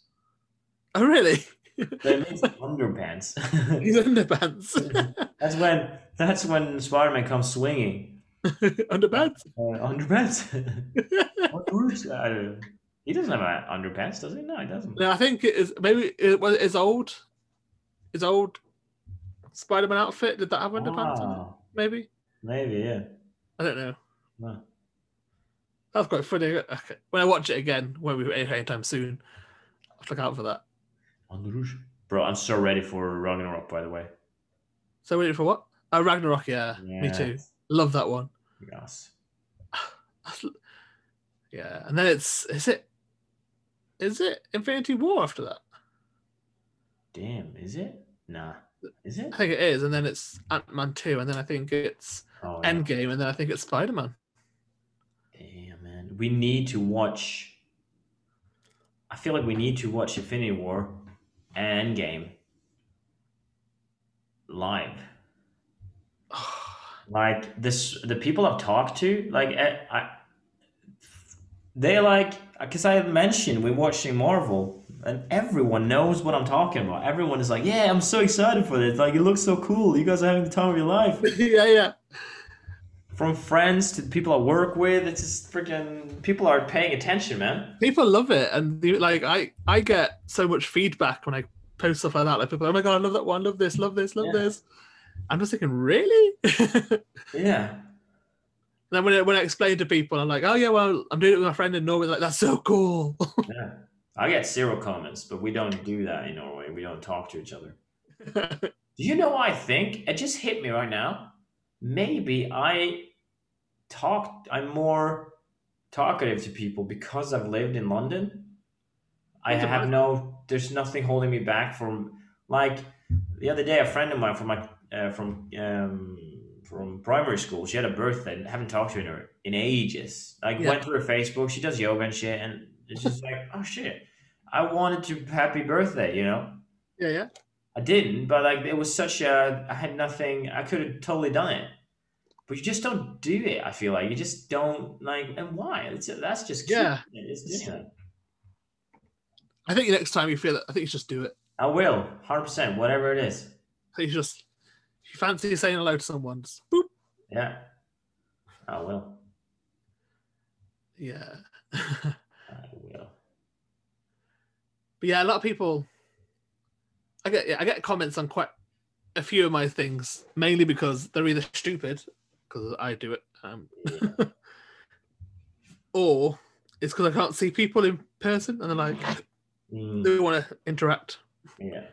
Oh, really?
So it means underpants.
He's underpants.
that's when that's when Spider Man comes swinging.
underpants.
Uh, underpants. what roots? I don't know. He doesn't have uh, underpants, does he? No, he doesn't.
No, I think it is maybe it was his old, his old Spider-Man outfit. Did that have underpants? on it?
Ah,
Maybe
maybe, yeah.
I don't know.
No.
That's quite funny. Okay. When I watch it again, when we anytime soon, I'll have to look out for that.
Under roots. Bro, I'm so ready for Ragnarok, by the way.
So waiting for what? Oh, Ragnarok. Yeah, me too.
Yes.
Love that one.
Yes.
That's- Yeah, and then it's is it is it Infinity War after that?
Damn, is it? Nah. Is it?
I think it is, and then it's Ant Man two, and then I think it's
Oh, yeah.
Endgame, and then I think it's Spider Man.
Damn, man. We need to watch. I feel like we need to watch Infinity War and Endgame live. Like this, the people I've talked to, like eh, I, they like because I mentioned we're watching Marvel, and everyone knows what I'm talking about. Everyone is like, "Yeah, I'm so excited for this! Like, it looks so cool. You guys are having the time of your life."
yeah, yeah.
From friends to people I work with, it's just freaking people are paying attention, man.
People love it, and the, like I I get so much feedback when I post stuff like that. Like people, oh my god, I love that one, love this, love this, love
Yeah.
this. I'm just thinking, really? and
Yeah.
then when I, when I explain to people, I'm like, oh yeah, well, I'm doing it with my friend in Norway. Like that's so cool.
Yeah. I get zero comments, but we don't do that in Norway. We don't talk to each other. Do you know what I think? It just hit me right now. Maybe I talk I'm more talkative to people because I've lived in London. I
That's a
have no there's nothing holding me back from like the other day a friend of mine from my uh, from um from primary school, she had a birthday and haven't talked to her in, her in ages. Like
Yeah.
went through her Facebook, she does yoga and shit and it's just like, oh shit. I wanted to happy birthday, you know?
yeah, yeah.
I didn't, but like it was such a I had nothing. I could have totally done it, but you just don't do it. I feel like you just don't like, and why? It's that's just cute.
Yeah.
It's doing that.
I think next time you feel it, I think you should just do it.
I will, hundred percent, whatever it is.
I think you just, if you fancy saying hello to someone, just boop.
Yeah, I will.
Yeah.
I will.
But yeah, a lot of people. I get yeah, I get comments on quite a few of my things, mainly because they're either stupid, because I do it, um,
Yeah.
or it's because I can't see people in person and they're like
Mm,
they want to interact,
yeah.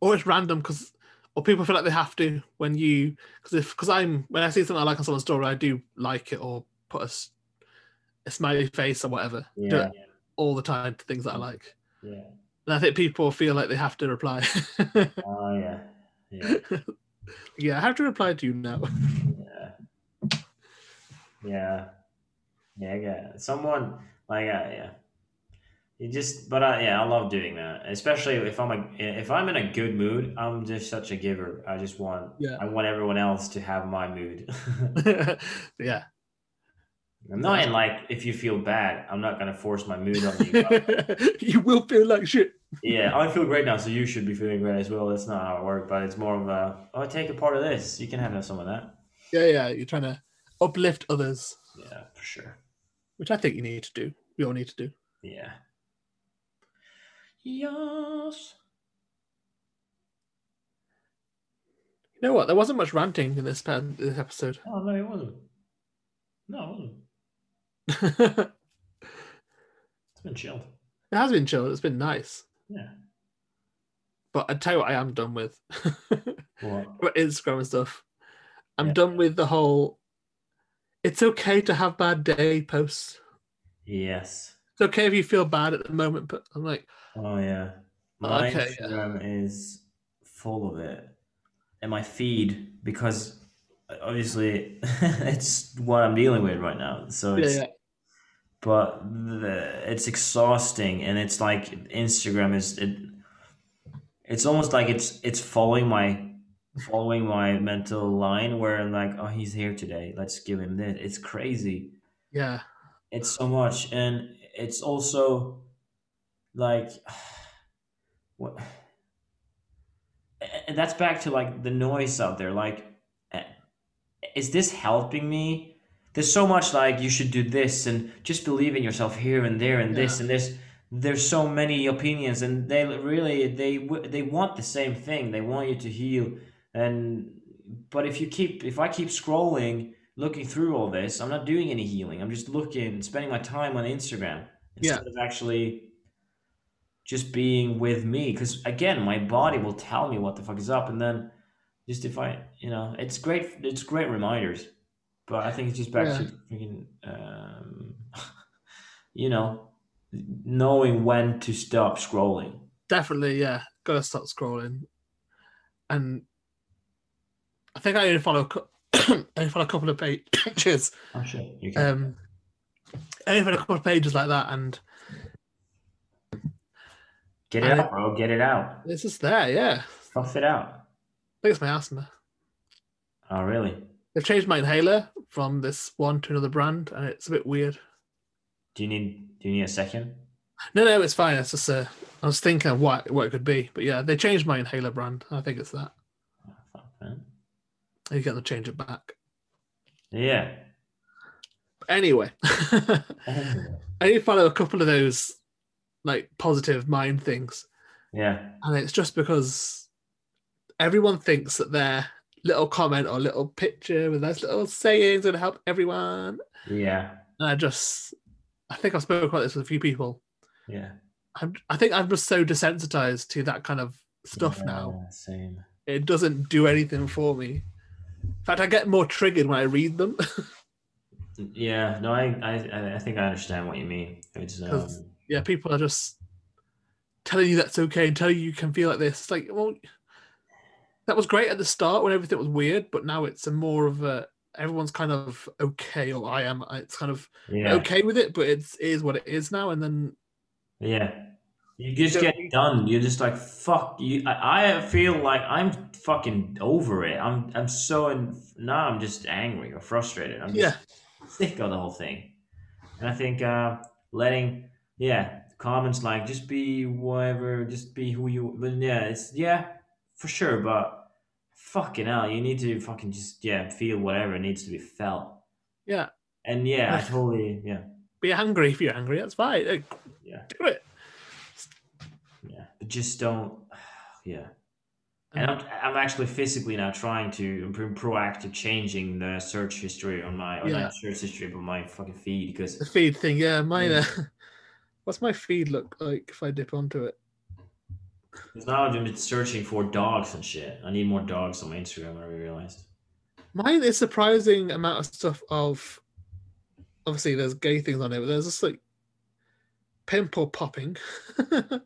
or it's random because or people feel like they have to when you because if because I'm when I see something I like on someone's story, I do like it or put a, s- a smiley face or whatever. Do
Yeah.
it all the time to things that I like,
Yeah.
and I think people feel like they have to reply.
Oh yeah. Yeah.
yeah, I have to reply to you now.
Yeah. Yeah. Yeah. I got someone like uh, yeah. You just, but I, yeah, I love doing that, especially if I'm a, if I'm in a good mood. I'm just such a giver. I just want,
Yeah.
I want everyone else to have my mood.
yeah.
I'm not in like if you feel bad, I'm not gonna force my mood on you.
you will feel like shit.
yeah, I feel great now, so you should be feeling great as well. That's not how it works, but it's more of a oh, take a part of this. You can have some of that.
Yeah, yeah. You're trying to uplift others,
Yeah, for sure.
which I think you need to do. We all need to do.
Yeah. Yes.
You know what? There wasn't much ranting in this, pan- this episode.
Oh no, it wasn't. No, it wasn't.
it
It's been chilled.
has been chill. It's been nice.
Yeah.
But I tell you what, I am done with
What?
But Instagram and stuff. I'm
Yeah.
done with the whole. It's okay to have bad day posts.
Yes.
It's okay if you feel bad at the moment, but I'm like,
Oh yeah. My
Okay, yeah.
Instagram is full of it, and my feed because obviously it's what I'm dealing with right now. So
yeah,
it's
yeah,
but the, it's exhausting, and it's like Instagram is it. It's almost like it's it's following my following my mental line where I'm like, oh, he's here today. Let's give him this. It's crazy
yeah,
it's so much and it's also like what and that's back to like the noise out there like eh, is this helping me there's so much like you should do this and just believe in yourself here and there and this and this there's so many opinions and they really they w- they want the same thing they want you to heal and but if you keep if i keep scrolling looking through all this. I'm not doing any healing. I'm just looking, spending my time on Instagram instead of actually just being with me. Because again, my body will tell me what the fuck is up, and then just if I, you know, it's great. It's great reminders, but I think it's just back to freaking, um, you know, knowing when to stop scrolling.
definitely, yeah. Gotta stop scrolling, and I think I only follow, a cou- I only follow a couple of pages.
Oh shit! You can.
Um, I only follow a couple of pages like that, and
get it
I-
out, bro. Get it out.
it's just there. Yeah,
Fuff it out.
I think it's my asthma.
Oh really?
They've changed my inhaler from this one to another brand, and it's a bit weird.
Do you need? Do you need a second?
No, no, it's fine. It's just uh, I was thinking what what it could be, but yeah, they changed my inhaler brand. I think it's that.
Oh, fuck, man.
You got to change it back.
Yeah.
But anyway, I need to follow a couple of those like positive mind things,
Yeah.
and it's just because everyone thinks that their little comment or little picture with those little sayings going to help everyone.
Yeah.
And I just, I think I've spoken about this with a few people.
Yeah.
I'm, I think I'm just so desensitized to that kind of stuff now.
Yeah, Same.
It doesn't do anything for me. In fact, I get more triggered when I read them.
Yeah. No, I, I, I- I think I understand what you mean. It's um,
'Cause- yeah, people are just telling you that's okay and telling you you can feel like this. It's like, well, that was great at the start when everything was weird, but now it's a more of a everyone's kind of okay, or I am. uh, It's kind of
yeah.
okay with it, but it's it is what it is now. And then
Yeah. You just
Don't
get
need-
done. You're just like fuck. You. I, I feel like I'm fucking over it. I'm. I'm so. In, now I'm just angry or frustrated. I'm just
yeah,
sick of the whole thing. And I think uh, letting, yeah, comments like just be whatever, just be who you. But yeah, it's yeah, for sure. But fucking hell, you need to fucking just yeah feel whatever needs to be felt.
Yeah.
And yeah, I
Right.
totally yeah
be angry if you're angry. That's fine. Uh, Like,
Yeah.
do it.
yeah. But just don't yeah. And I'm, I'm actually physically now trying to I'm pro- proactive changing the search history on my, or
Yeah.
not search history, but my fucking feed because
The feed thing, yeah, mine. Uh, what's my feed look like if I dip onto it?
Because now I've been searching for dogs and shit. I need more dogs on my Instagram. I realized.
Mine is surprising amount of stuff of obviously there's gay things on it, but there's just like pimple popping and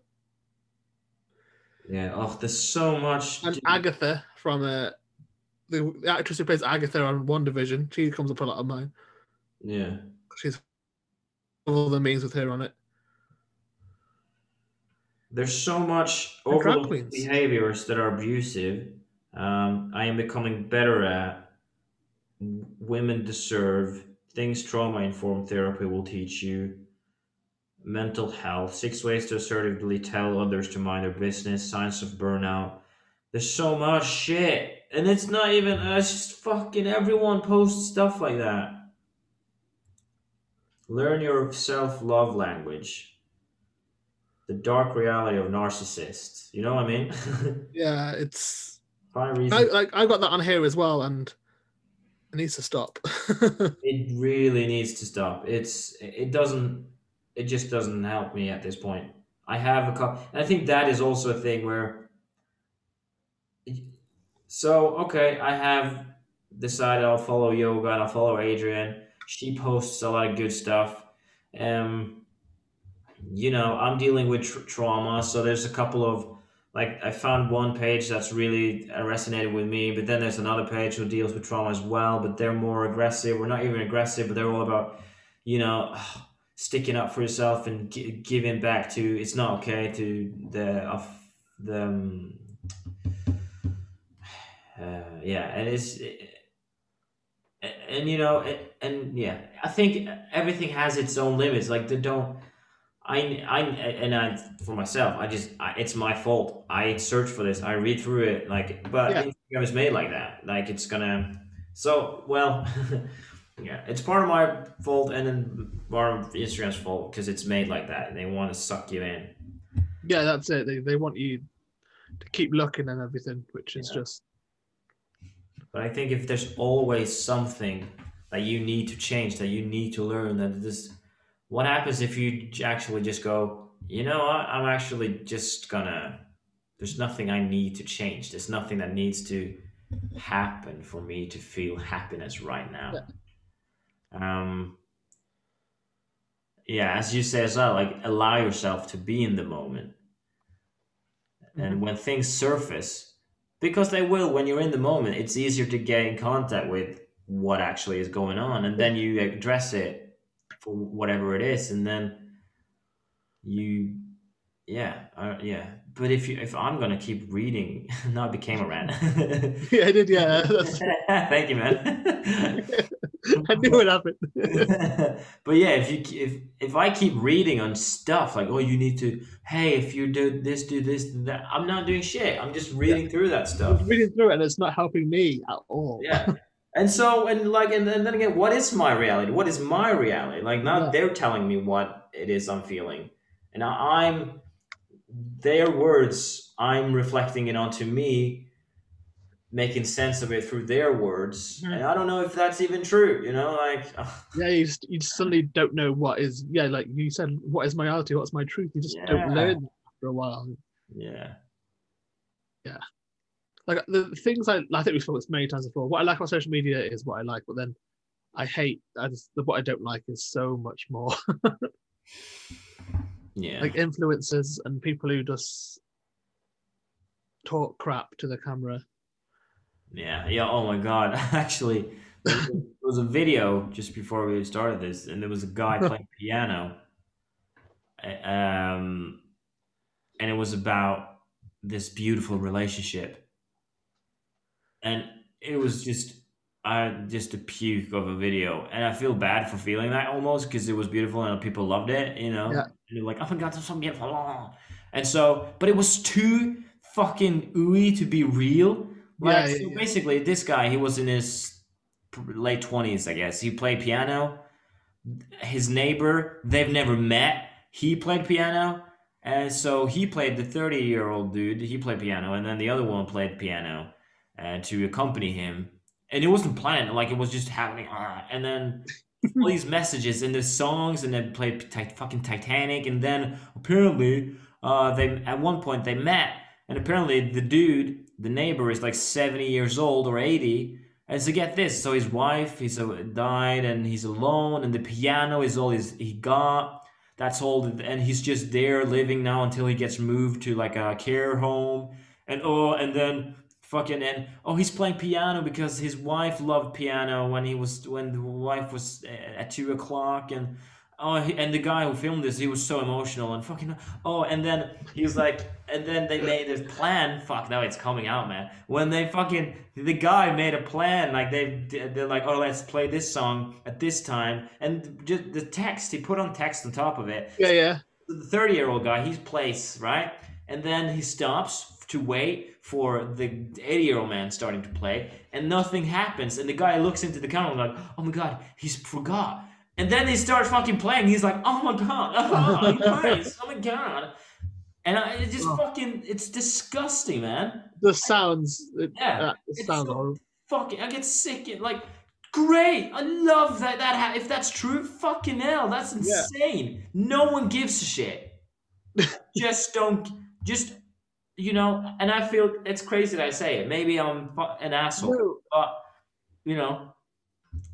Yeah. Oh, there's so much. dude.
Agatha from uh, the, the actress who plays Agatha on One Division. She comes up a lot of mine.
yeah.
She's all the memes with her on it.
There's so much
And drag
overlooked
queens.
behaviors that are abusive. Um, I am becoming better at. W- Women deserve things trauma informed therapy will teach you. Mental health, six ways to assertively tell others to mind their business, signs of burnout. There's so much shit. And it's not even, uh, it's just fucking everyone posts stuff like that. Learn your self love language the dark reality of narcissists. You know what I mean?
Yeah, it's
Five
I,
reasons.
like I've got that on here as well, and it needs to stop.
It really needs to stop. It's it doesn't it just doesn't help me at this point. I have a couple, and I think that is also a thing where. So okay, I have decided I'll follow yoga and I'll follow Adrian. She posts a lot of good stuff. Um, you know, I'm dealing with tr- trauma, so there's a couple of like I found one page that's really uh, resonated with me, but then there's another page who deals with trauma as well, but they're more aggressive. We're not even aggressive, but they're all about, you know, sticking up for yourself and gi- giving back to. It's not okay to the of the. Um, uh, yeah, and it's. and, and you know, and, and yeah, I think everything has its own limits. Like, they don't I, I and I for myself, I just I, it's my fault. I search for this. I read through it like, but
Yeah.
Instagram is made like that. Like it's gonna. So well, yeah, it's part of my fault and then part of Instagram's fault because it's made like that. They want to suck you in.
yeah, that's it. They they want you to keep looking and everything, which is
Yeah.
just
But I think if there's always something that you need to change, that you need to learn, that this, what happens if you j- actually just go, you know what, I'm actually just gonna, there's nothing I need to change. There's nothing that needs to happen for me to feel happiness right now. Um, yeah, as you say as well, like allow yourself to be in the moment. And when things surface, because they will when you're in the moment it's easier to get in contact with what actually is going on and then you address it for whatever it is and then you yeah uh, yeah but if you if i'm gonna keep reading now i became a rant
yeah, I did. Yeah, that's,
thank you man
I knew what happened.
but yeah, if you if if I keep reading on stuff like oh you need to hey if you do this do this do that I'm not doing shit I'm just reading through that stuff
I'm reading through it and it's not helping me at all.
yeah and so and like and, and then again what is my reality what is my reality like now
Yeah.
they're telling me what it is i'm feeling and I- i'm their words i'm reflecting it onto me making sense of it through their words
Mhm.
and i don't know if that's even true you know like
Yeah, you, just, you just suddenly don't know what is. Yeah, like you said, what is my reality? What's my truth? You just
Yeah.
don't learn that after a while.
yeah
Like the the things I, I think we've spoken many times before. What I like about social media is what I like, but then I hate. I just the, what I don't like is so much more.
yeah
like influencers and people who just talk crap to the camera.
Yeah, yeah. Oh my God! Actually, there was a- there was a video just before we started this, and there was a guy playing piano. A- Um, and it was about this beautiful relationship, and it was just, I just a puke of a video, and I feel bad for feeling that almost because it was beautiful and people loved it, you know.
Yeah.
And they're like, "Oh my God, that's so beautiful," and so, but it was too fucking ooey to be real. Like,
Yeah, yeah,
so
yeah.
basically, this guy, he was in his late 20s, I guess. He played piano. His neighbor, they've never met. He played piano. And so he played the 30 year old dude, he played piano. And then the other one played piano uh, to accompany him. And it wasn't planned, like, it was just happening. ah. And then all these messages and the songs, and then played ti- fucking Titanic. And then apparently, uh, they at one point they met, and apparently the dude, the neighbor, is like seventy years old or eighty. And so get this, so his wife, he's uh, died, and he's alone, and the piano is all his, he got. That's all, that- and he's just there living now until he gets moved to like a care home, and oh, and then fucking and oh, he's playing piano because his wife loved piano when he was when the wife was uh, at two eh, o'clock, and Oh, he, and the guy who filmed this, he was so emotional and fucking. Oh, and then he was like, and then they made this plan. Fuck, now it's coming out, man. When they fucking, the guy made a plan. Like they, they're like, oh, let's play this song at this time, and just the text he put on text on top of it.
Yeah, yeah.
The thirty-year-old guy, he plays right, and then he stops to wait for the 80 year old man starting to play, and nothing happens. And the guy looks into the camera like, oh my god, he's forgot. And then they start fucking playing. He's like, oh my god, oh, he plays, oh my god. And I, it just
Oh.
fucking, it's disgusting, man.
The sounds. It,
Yeah,
that- the
it's
sound
so-
horrible.
Fucking, I get sick. It, like, great. I love that. That ha- if that's true, fucking hell, that's
Yeah.
insane. No one gives a shit. just don't. Just you know. And I feel it's crazy that I say it. Maybe I'm fu- an asshole,
No,
but you know,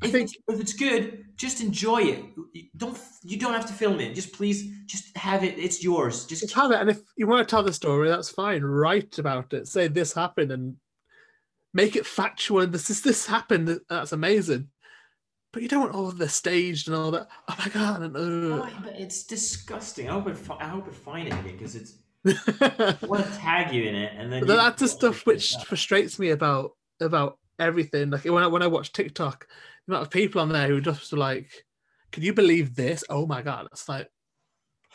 I
if,
think-
it's- if it's good, just enjoy it. You Don't you don't have to film it. Just please, just have it. It's yours. Just
just have it. And if you want to tell the story, that's fine. Write about it. Say this happened and make it factual. And this is this happened. That's amazing. But you don't want all of the staged and all that. Oh my god!
Oh,
And,
but it's disgusting. I hope it. fi- I hope it find it because it's.
ugh.
Oh, I want to tag you in it, and then
But
you-
that's the stuff which frustrates me about about everything. Like when I when I watch TikTok, the amount of people on there who just are like, "Can you believe this? Oh my god!" It's like,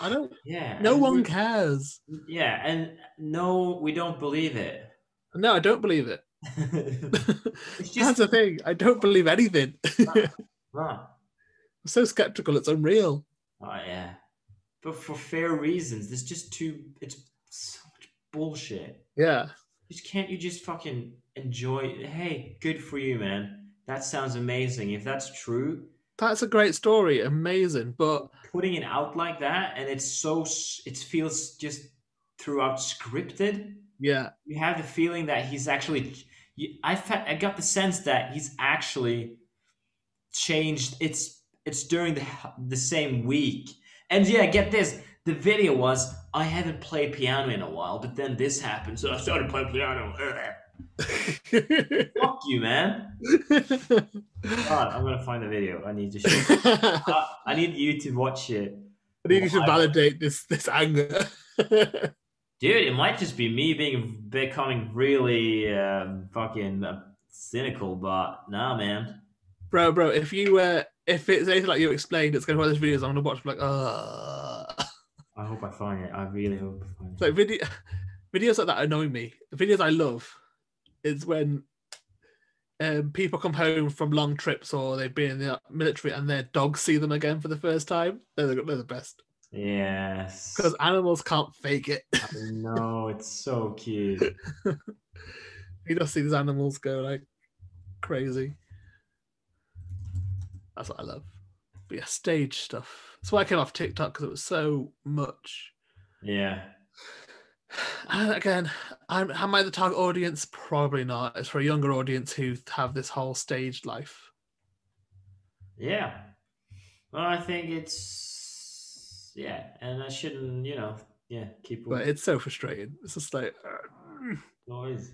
I don't.
yeah,
No
and
one
we-
cares.
yeah, and no, we don't believe it.
No, I don't believe it.
it's
That's
just
the thing. I don't believe anything. I'm
wrong.
so skeptical. It's unreal.
Oh yeah, but for fair reasons. There's just too. It's so much bullshit.
Yeah.
Just can't you just fucking enjoy? Hey, good for you, man. That sounds amazing. If that's true,
That's a great story. Amazing. But
putting it out like that, and it's so. s- It feels just throughout scripted.
yeah.
you have the feeling that he's actually you, I, fe- I got the sense that he's actually changed it's it's during the the same week and yeah get this the video was i haven't played piano in a while but then this happened so i started playing piano fuck you man God, i'm gonna find the video i need to show
I
I, I need you to watch it
need you to validate this this anger.
dude it might just be me being becoming really um, fucking uh, cynical but nah man
bro, bro. If you uh, if it's anything like you explained, it's gonna be one of those videos I'm gonna watch. Like, uh
I hope I find it. I really hope I find
It's
it.
like video, videos like that annoy me. The videos I love is when um, people come home from long trips or they've been in the military and their dogs see them again for the first time. They're the, they're the best
Yes.
because animals can't fake it.
I know it's so cute.
you just see these animals go like crazy. That's what I love. But yeah, stage stuff. That's why I came off TikTok because it was so much.
Yeah.
And again, I'm, am I the target audience? Probably not. It's for a younger audience who have this whole staged life.
Yeah. Well, I think it's yeah, and I shouldn't, you know, yeah, keep
But
with
it's so frustrating. It's just like, uh,
noise.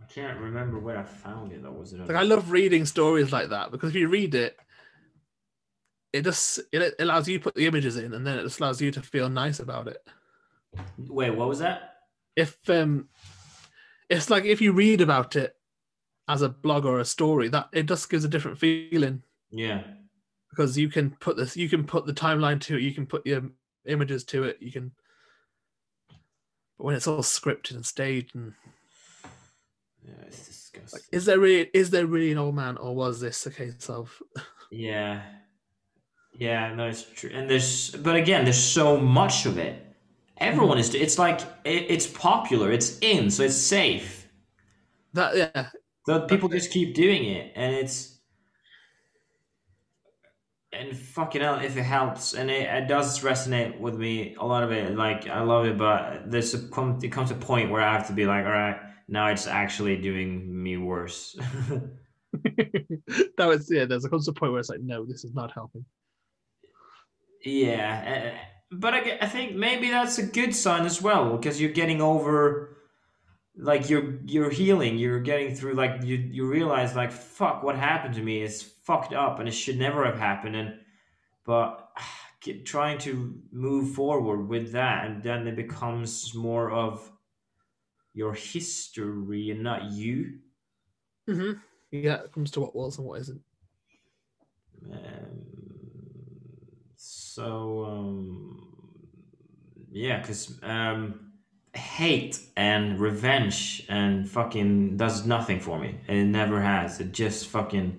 I can't remember where I found it. That was it. on-
like I love reading stories like that because if you read it, it just it allows you to put the images in, and then it just allows you to feel nice about it.
Wait, what was that?
If um, it's like if you read about it as a blog or a story, that it just gives a different feeling.
Yeah.
because you can put this you can put the timeline to it you can put your images to it you can but when it's all scripted and staged and
Yeah, it's disgusting.
like is there really is there really an old man or was this a case of
Yeah. Yeah, no, it's true. And there's, but again, there's so much of it. Everyone is, it's like, it, it's popular, it's in, so it's safe.
that yeah
But people just keep doing it, and it's, and fucking hell, if it helps, and it, it does resonate with me a lot of it. Like, I love it, but there's a, come, it comes a point where I have to be like, all right, now it's actually doing me worse.
that was yeah there's a comes a point where it's like no this is not helping
Yeah, uh, but I, g- I think maybe that's a good sign as well because you're getting over, like you're you're healing, you're getting through. Like you you realize like fuck, what happened to me is fucked up and it should never have happened. And but get, trying to move forward with that, and then it becomes more of your history and not you.
Mm-hmm. Yeah, it comes to what was and what isn't.
Um, so um, yeah, because um, hate and revenge and fucking does nothing for me. It never has. It just fucking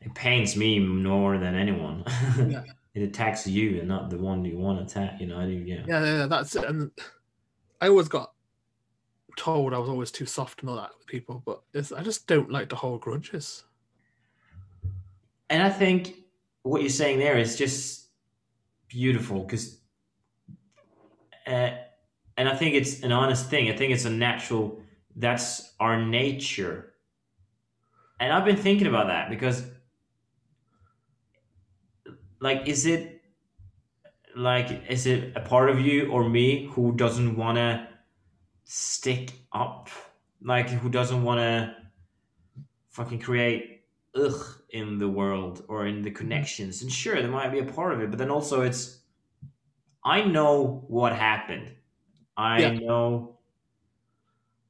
it pains me more than anyone.
Yeah.
it attacks you and not the one you want to attack. You know? I do- Yeah.
Yeah, yeah, yeah, that's it. And I always got told I was always too soft and all that with people, but it's, I just don't like to hold grudges.
And I think what you're saying there is just beautiful because, uh, and I think it's an honest thing. I think it's a natural. That's our nature. And I've been thinking about that because, like, is it like is it a part of you or me who doesn't want to stick up, like who doesn't want to fucking create ugh in the world or in the connections. And sure, there might be a part of it, but then also it's I know what happened. I
Yeah.
know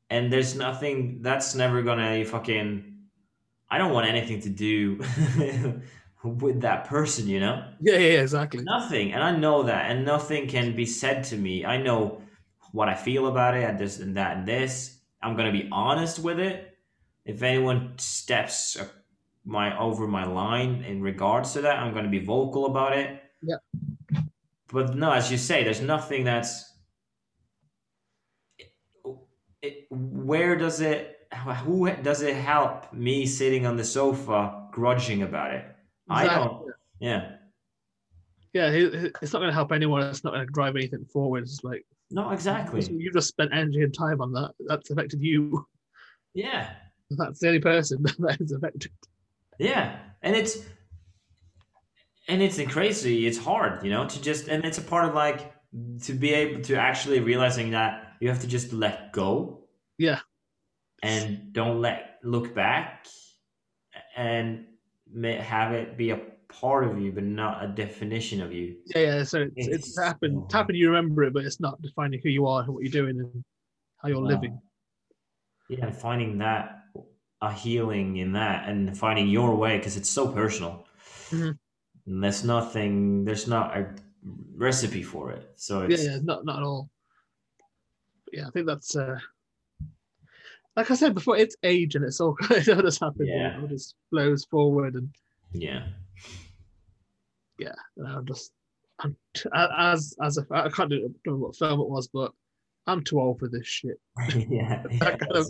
and there's nothing that's never gonna fucking I don't want anything to do with that person, you know?
Yeah, yeah, yeah exactly.
Nothing, and I know that, and nothing can be said to me. I know what I feel about it, and this and that and this. I'm gonna be honest with it. If anyone steps my over my line in regards to that, I'm gonna be vocal about it.
Yeah.
But no, as you say, there's nothing that's. It, where does it? Who does it help me sitting on the sofa grudging about it? I
Exactly.
don't. Yeah.
Yeah, he- he- it's not going to help anyone. It's not going to drive anything forward. It's like
No, exactly.
you just spent energy and time on that. That's affected you.
Yeah,
That's the only person that is affected.
yeah, and it's and it's crazy. It's hard, you know, to just and it's a part of like to be able to actually realizing that you have to just let go.
Yeah.
and don't let look back, and ma- have it be a part of you, but not a definition of you.
Yeah, yeah. So it's, it's,
It's-
happened. It's happened. You remember it, but it's not defining who you are, and what you're doing, and how you're
Wow.
living.
Yeah, and finding that a healing in that and finding your way because it's so personal.
Mhm.
And there's nothing, there's not a recipe for it. So
yeah,
it's,
yeah, not not at all. But yeah, I think that's uh, like I said before, it's age and it's all it all just happens. and
Yeah.
It all just flows forward, and
yeah,
you know, I'm just I'm t- a- as as a, I can't do I don't know what film it was, but I'm too old for this shit.
yeah.
That kind of-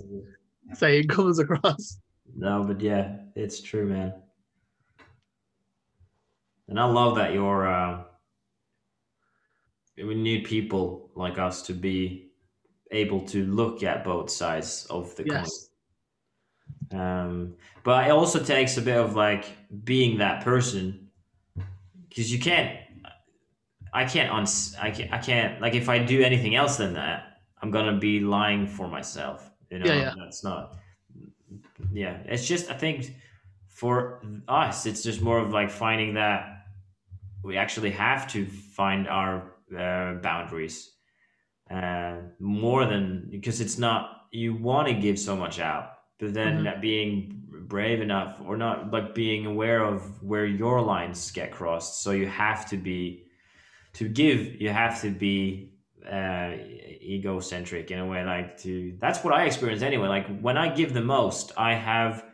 Saying comes across.
No, but yeah, it's true, man. And I love that you're. Uh, we need people like us to be able to look at both sides of the
Yes.
coin. Um, but it also takes a bit of like being that person, because you can't. I can't uns. I can't. I can't. Like if I do anything else than that, I'm gonna be lying for myself. You know,
Yeah, yeah.
that's not. Yeah, it's just I think for us, it's just more of like finding that we actually have to find our uh, boundaries uh, more than because it's not you want to give so much out, but then
Mhm.
not being brave enough or not like being aware of where your lines get crossed. So you have to be to give. You have to be uh egocentric in a way like to that's what i experience anyway like when i give the most i have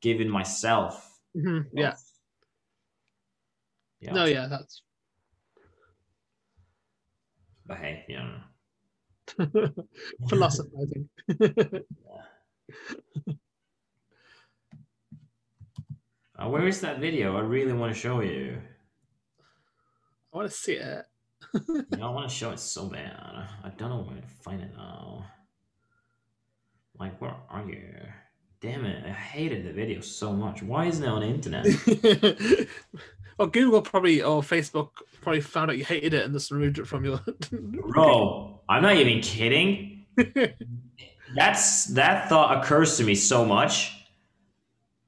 given myself
Mhm, Yeah.
Oh, yeah.
No, yeah, that's
But hey, you know.
philosophizing.
Uh, where is that video? I really want to show you.
I want to see it.
you know, I want to show it so bad. I don't know where to find it now. Like, where are you? Damn it! I hated the video so much. Why isn't it on the internet?
well, Google probably or Facebook probably found out you hated it and just removed it from your.
Bro, I'm not even kidding. That's that thought occurs to me so much.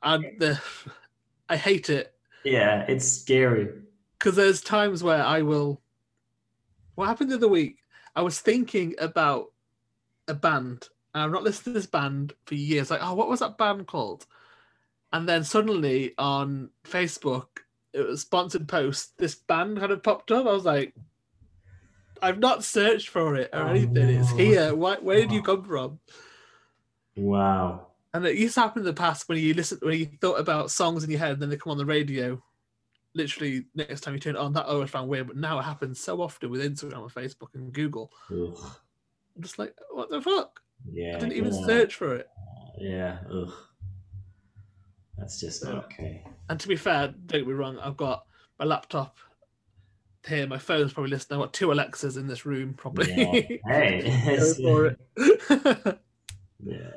and the, I hate it.
Yeah, it's scary.
because there's times where I will. What happened the other week? I was thinking about a band, and I've not listened to this band for years. Like, oh, what was that band called? And then suddenly on Facebook, it was sponsored post. This band kind of popped up. I was like, I've not searched for it or
Oh,
anything. It's
no.
here. Why, where did you
Wow.
come from?
Wow.
And it used to happen in the past when you listen, when you thought about songs in your head, and then they come on the radio. Literally, next time you turn it on, that always found weird. But now it happens so often with Instagram and Facebook and Google.
Ugh.
I'm just like, what the fuck?
Yeah.
I didn't
get
even
out.
search for it.
Yeah. Ugh. That's just not okay.
And to be fair, don't get me wrong, I've got my laptop here, my phone's probably listening. I've got two Alexas in this room, probably.
Yeah. Hey.
Go for it.
Yeah.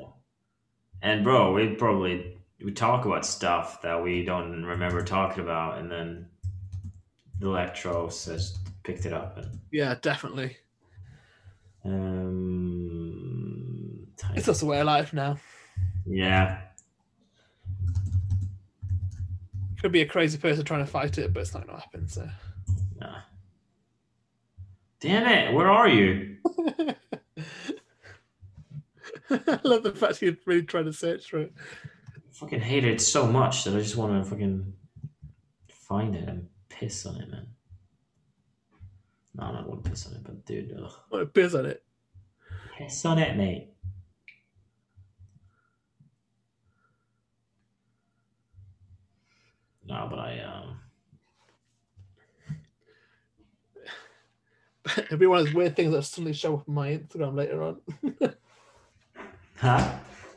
And bro, we probably we talk about stuff that we don't remember talking about, and then the electro just picked it up. And
yeah, definitely.
um, time-
It's just a way of life now.
yeah,
Could be a crazy person trying to fight it, but it's not going to happen. So
nah. Damn it! Where are you?
I love the fact you're really trying to search for it.
I fucking hate it so much that I just want to fucking find it and piss on it, man. No, I'm not gonna piss on it, but dude, uh, ugh.
What a biz on it.
piss on it, mate. No, but I um,
It'll be one of those weird things that suddenly show up on my Instagram later on.
huh?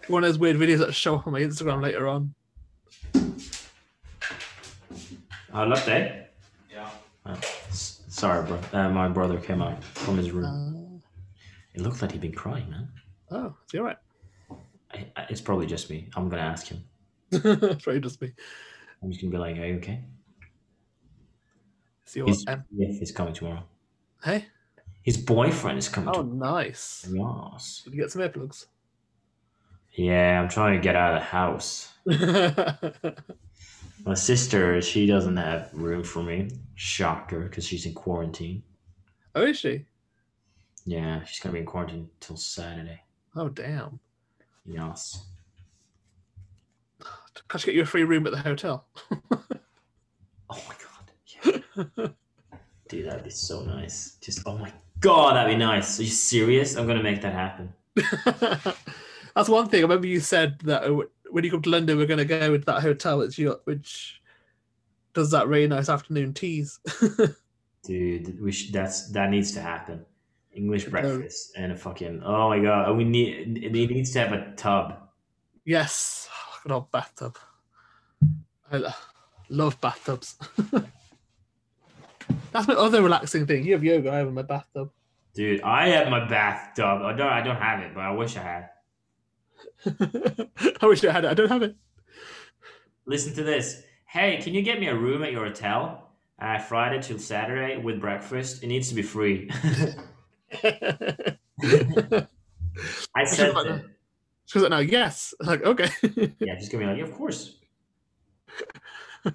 one of those weird videos that show up on my Instagram later on.
I love that.
Yeah.
Oh, s- sorry, bro. Uh, my brother came out from his room.
Uh,
It looked like he'd been crying, man.
oh, it's all right.
I, I, it's probably just me. I'm gonna ask him.
it's probably just me.
I'm just gonna be like, "Are you okay?"
It's your
He's,
um,
yeah, he's coming tomorrow.
hey.
His boyfriend is coming
Oh,
tomorrow.
nice.
Yes.
Did you get some earplugs?
Yeah, I'm trying to get out of the house. My sister, she doesn't have room for me. Shocker, because she's in quarantine.
oh, is she?
Yeah, she's gonna be in quarantine till Saturday.
Oh, damn.
Yes.
Can't you get you a free room at the hotel?
Oh my god. Yeah. Dude, that'd be so nice. Just oh my god, that'd be nice. Are you serious? I'm gonna make that happen.
That's one thing. I remember you said that uh, when you come to London, we're going to go into that hotel which, you, which does that really nice afternoon teas.
Dude, we should, that's that needs to happen. English
No.
breakfast and a fucking oh my god. We need it needs to have a tub.
yes. Good old bathtub. I lo- love bathtubs. That's my other relaxing thing. You have yoga, I have my bathtub.
Dude, I have my bathtub. I don't I don't have it, but I wish I had.
I wish I had it. I don't have it.
Listen to this. Hey, can you get me a room at your hotel uh, Friday till Saturday with breakfast? It needs to be free. I said that.
She was like, no, yes. I'm like, okay.
Yeah, she's gonna be like, yeah, of course. Of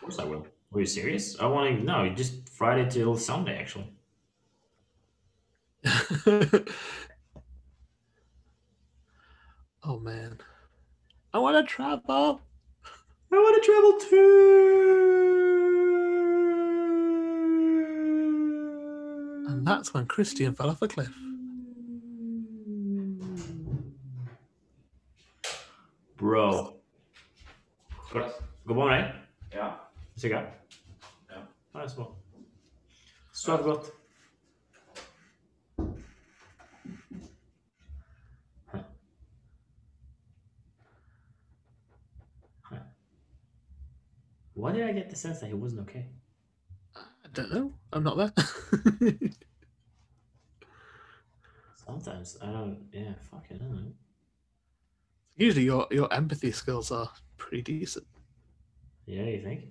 course I will. Were you serious? I want to no, just Friday till Sunday actually.
oh, man. I want to travel.
I want to travel too.
And that's when Christian fell off a cliff.
Bro. Good, good morning.
Ja.
Så gøy.
Ja.
Det er små. Sov godt. Why did I get the sense that he wasn't okay?
I don't know. I'm not there.
Sometimes I don't. Yeah, fucking I don't know.
Usually your, your empathy skills are pretty decent
Yeah, you think?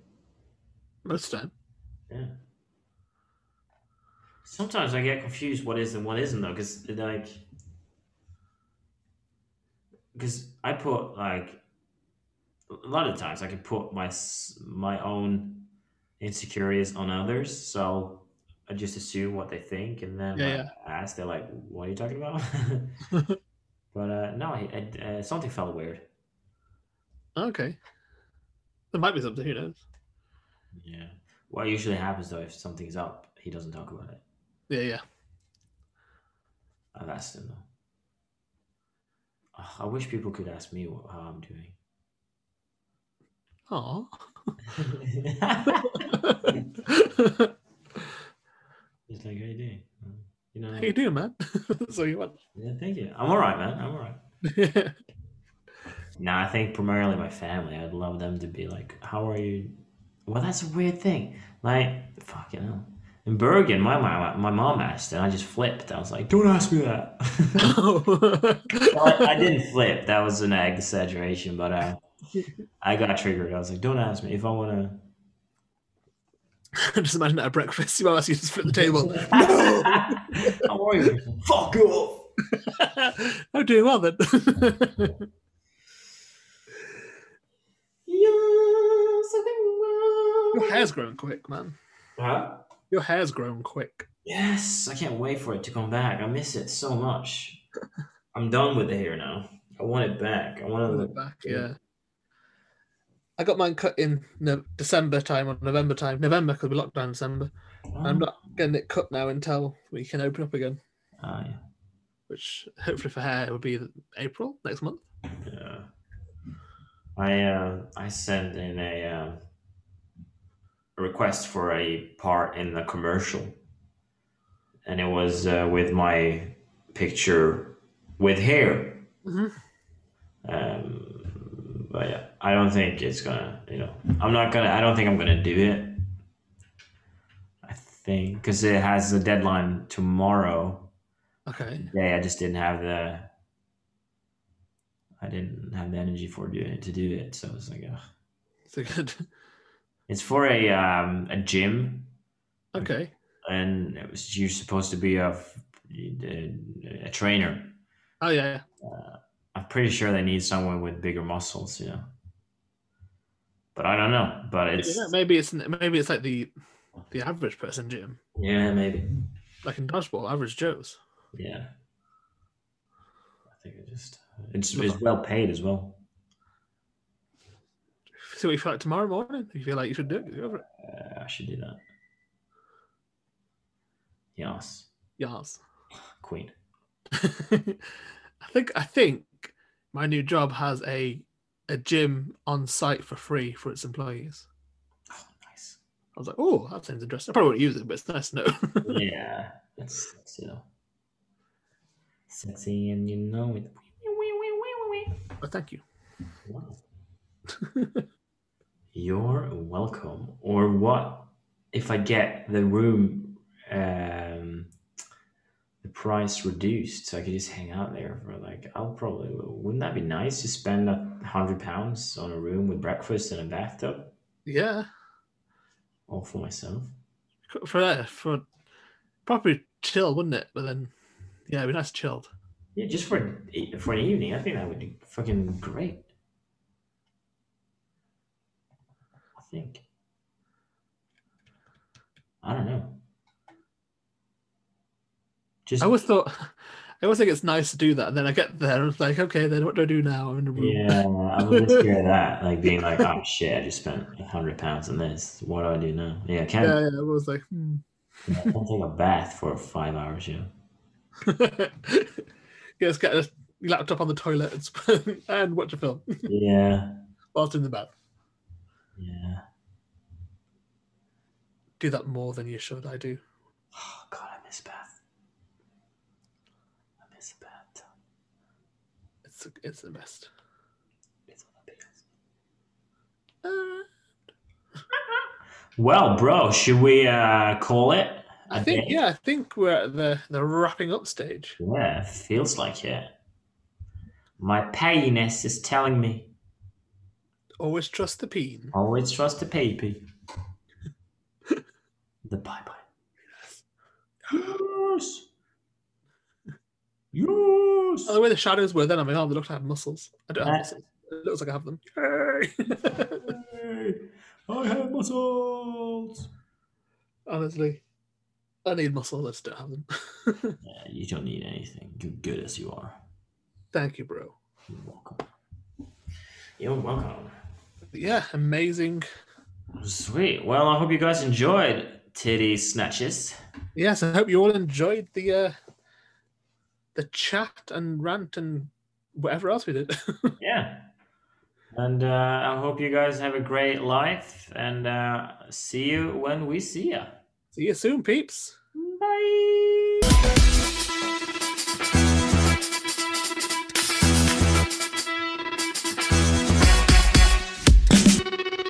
most of the time.
Yeah. Sometimes I get confused what is and what isn't though, because like, because I put like a lot of times I can put my s- my own insecurities on others. So I just assume what they think, and then
Yeah,
when
yeah.
I ask, they're like, "What are you talking about?" but uh, no, I, I, uh, something felt weird.
Okay. There might be something, who knows?
Yeah. What usually happens though, if something's up, he doesn't talk about it.
Yeah, yeah.
I've asked him though. Ugh, I wish people could ask me what, how I'm
Oh.
doing.
How
It's like, how you doing? Um, You know,
you doing, man? That's all you want.
yeah, thank you. I'm all right, man. I'm all right. No, I think primarily my family. I'd love them to be like, how are you? Well, that's a weird thing. Like, fucking hell. In Bergen, my, my, my mom asked, and I just flipped. I was like, don't ask me that. well, I, I didn't flip. That was an exaggeration, but uh, I got triggered. I was like, don't ask me. If I want to.
just imagine that at breakfast, you ask you to flip the table.
I'm worried. Fuck off.
I'm doing well then. Your hair's grown quick, man.
Huh?
Your hair's grown quick.
Yes, I can't wait for it to come back. I miss it so much. I'm done with the hair now. I want it back. I want to
Pulling
look.
it back,
Oh, yeah.
yeah. I got mine cut in no- December time or November time. November because we locked down in December. I'm not getting it cut now until we can open up again,
Oh, yeah.
which hopefully for hair would be April next month.
yeah. I uh, I sent in a um a request for a part in the commercial, and it was uh, with my picture with hair.
Mhm.
Um, but yeah, I don't think it's gonna. You know, I'm not gonna. I don't think I'm gonna do it. I think because it has a deadline tomorrow.
Okay.
Yeah, I just didn't have the. I didn't have the energy for doing it to do it, so I was like, Ugh.
So good.
it's for a um a gym,
Okay.
and it was you're supposed to be a f- a, a trainer.
Oh yeah. yeah.
I'm pretty sure they need someone with bigger muscles, you know. But I don't know. But it's
Yeah, maybe it's maybe it's like the the average person gym,
yeah, maybe
like in dodgeball, average Joe's.
yeah. I think it just it's it's well paid as well.
See what you feel like tomorrow morning. If you feel like you should do it, go for it.
Uh, I should do that. Yes,
Yes.
queen.
I think I think my new job has a a gym on site for free for its employees.
Nice.
I was like, oh, that sounds interesting. I probably won't use it, but it's nice to know.
yeah, that's sexy though. Sexy, and you know it.
but thank you.
Wow. You're welcome. Or what if I get the room, um, the price reduced, so I could just hang out there for like? I'll probably. Wouldn't that be nice to spend a hundred pounds on a room with breakfast and a bathtub,
Yeah,
all for myself?
for that, for probably chill, wouldn't it? But then, yeah, it'd be nice chilled.
Yeah, just for for an evening. I think that would be fucking great. I think. I don't know. Just
I always thought, I always think it's nice to do that. And then I get there and it's like, okay, then what do I do now? I'm in a room.
yeah, I would just hear that, like being like, "Oh shit, I just spent a hundred pounds on this. What do I do now?" Yeah, I can't.
yeah, yeah, I was like, hmm.
I can't take a bath for five hours. You know.
yeah, let's get a laptop on the toilet and, sp- and watch a film
Yeah,
whilst in the bath.
yeah.
Do that more than you should. I do.
Oh god, I miss bath. I miss the bath.
It's it's the best.
It's on the big
Uh,
Well, bro, should we uh, call it?
I
a
think
day?
yeah, I think we're at the the wrapping up stage.
Yeah, feels like it. My payiness is telling me
Always trust the peen.
always trust the paper. the bye bye. Yes. Yes.
Oh, the way the shadows were then on my arm, they looked like I had muscles. I don't have
Yeah.
muscles. It looks like I have them. Yay!
Yay, I have muscles. muscles.
Honestly, I need muscles. I just don't have them.
Yeah, you don't need anything. You're good as you are.
Thank you, bro.
You're welcome. You're welcome.
Yeah, amazing.
Sweet. Well, I hope you guys enjoyed Titty Snatches.
Yes, I hope you all enjoyed the uh, the chat and rant and whatever else we did.
Yeah. And uh, I hope you guys have a great life and uh, see you when we see you.
See you soon, peeps.
Bye.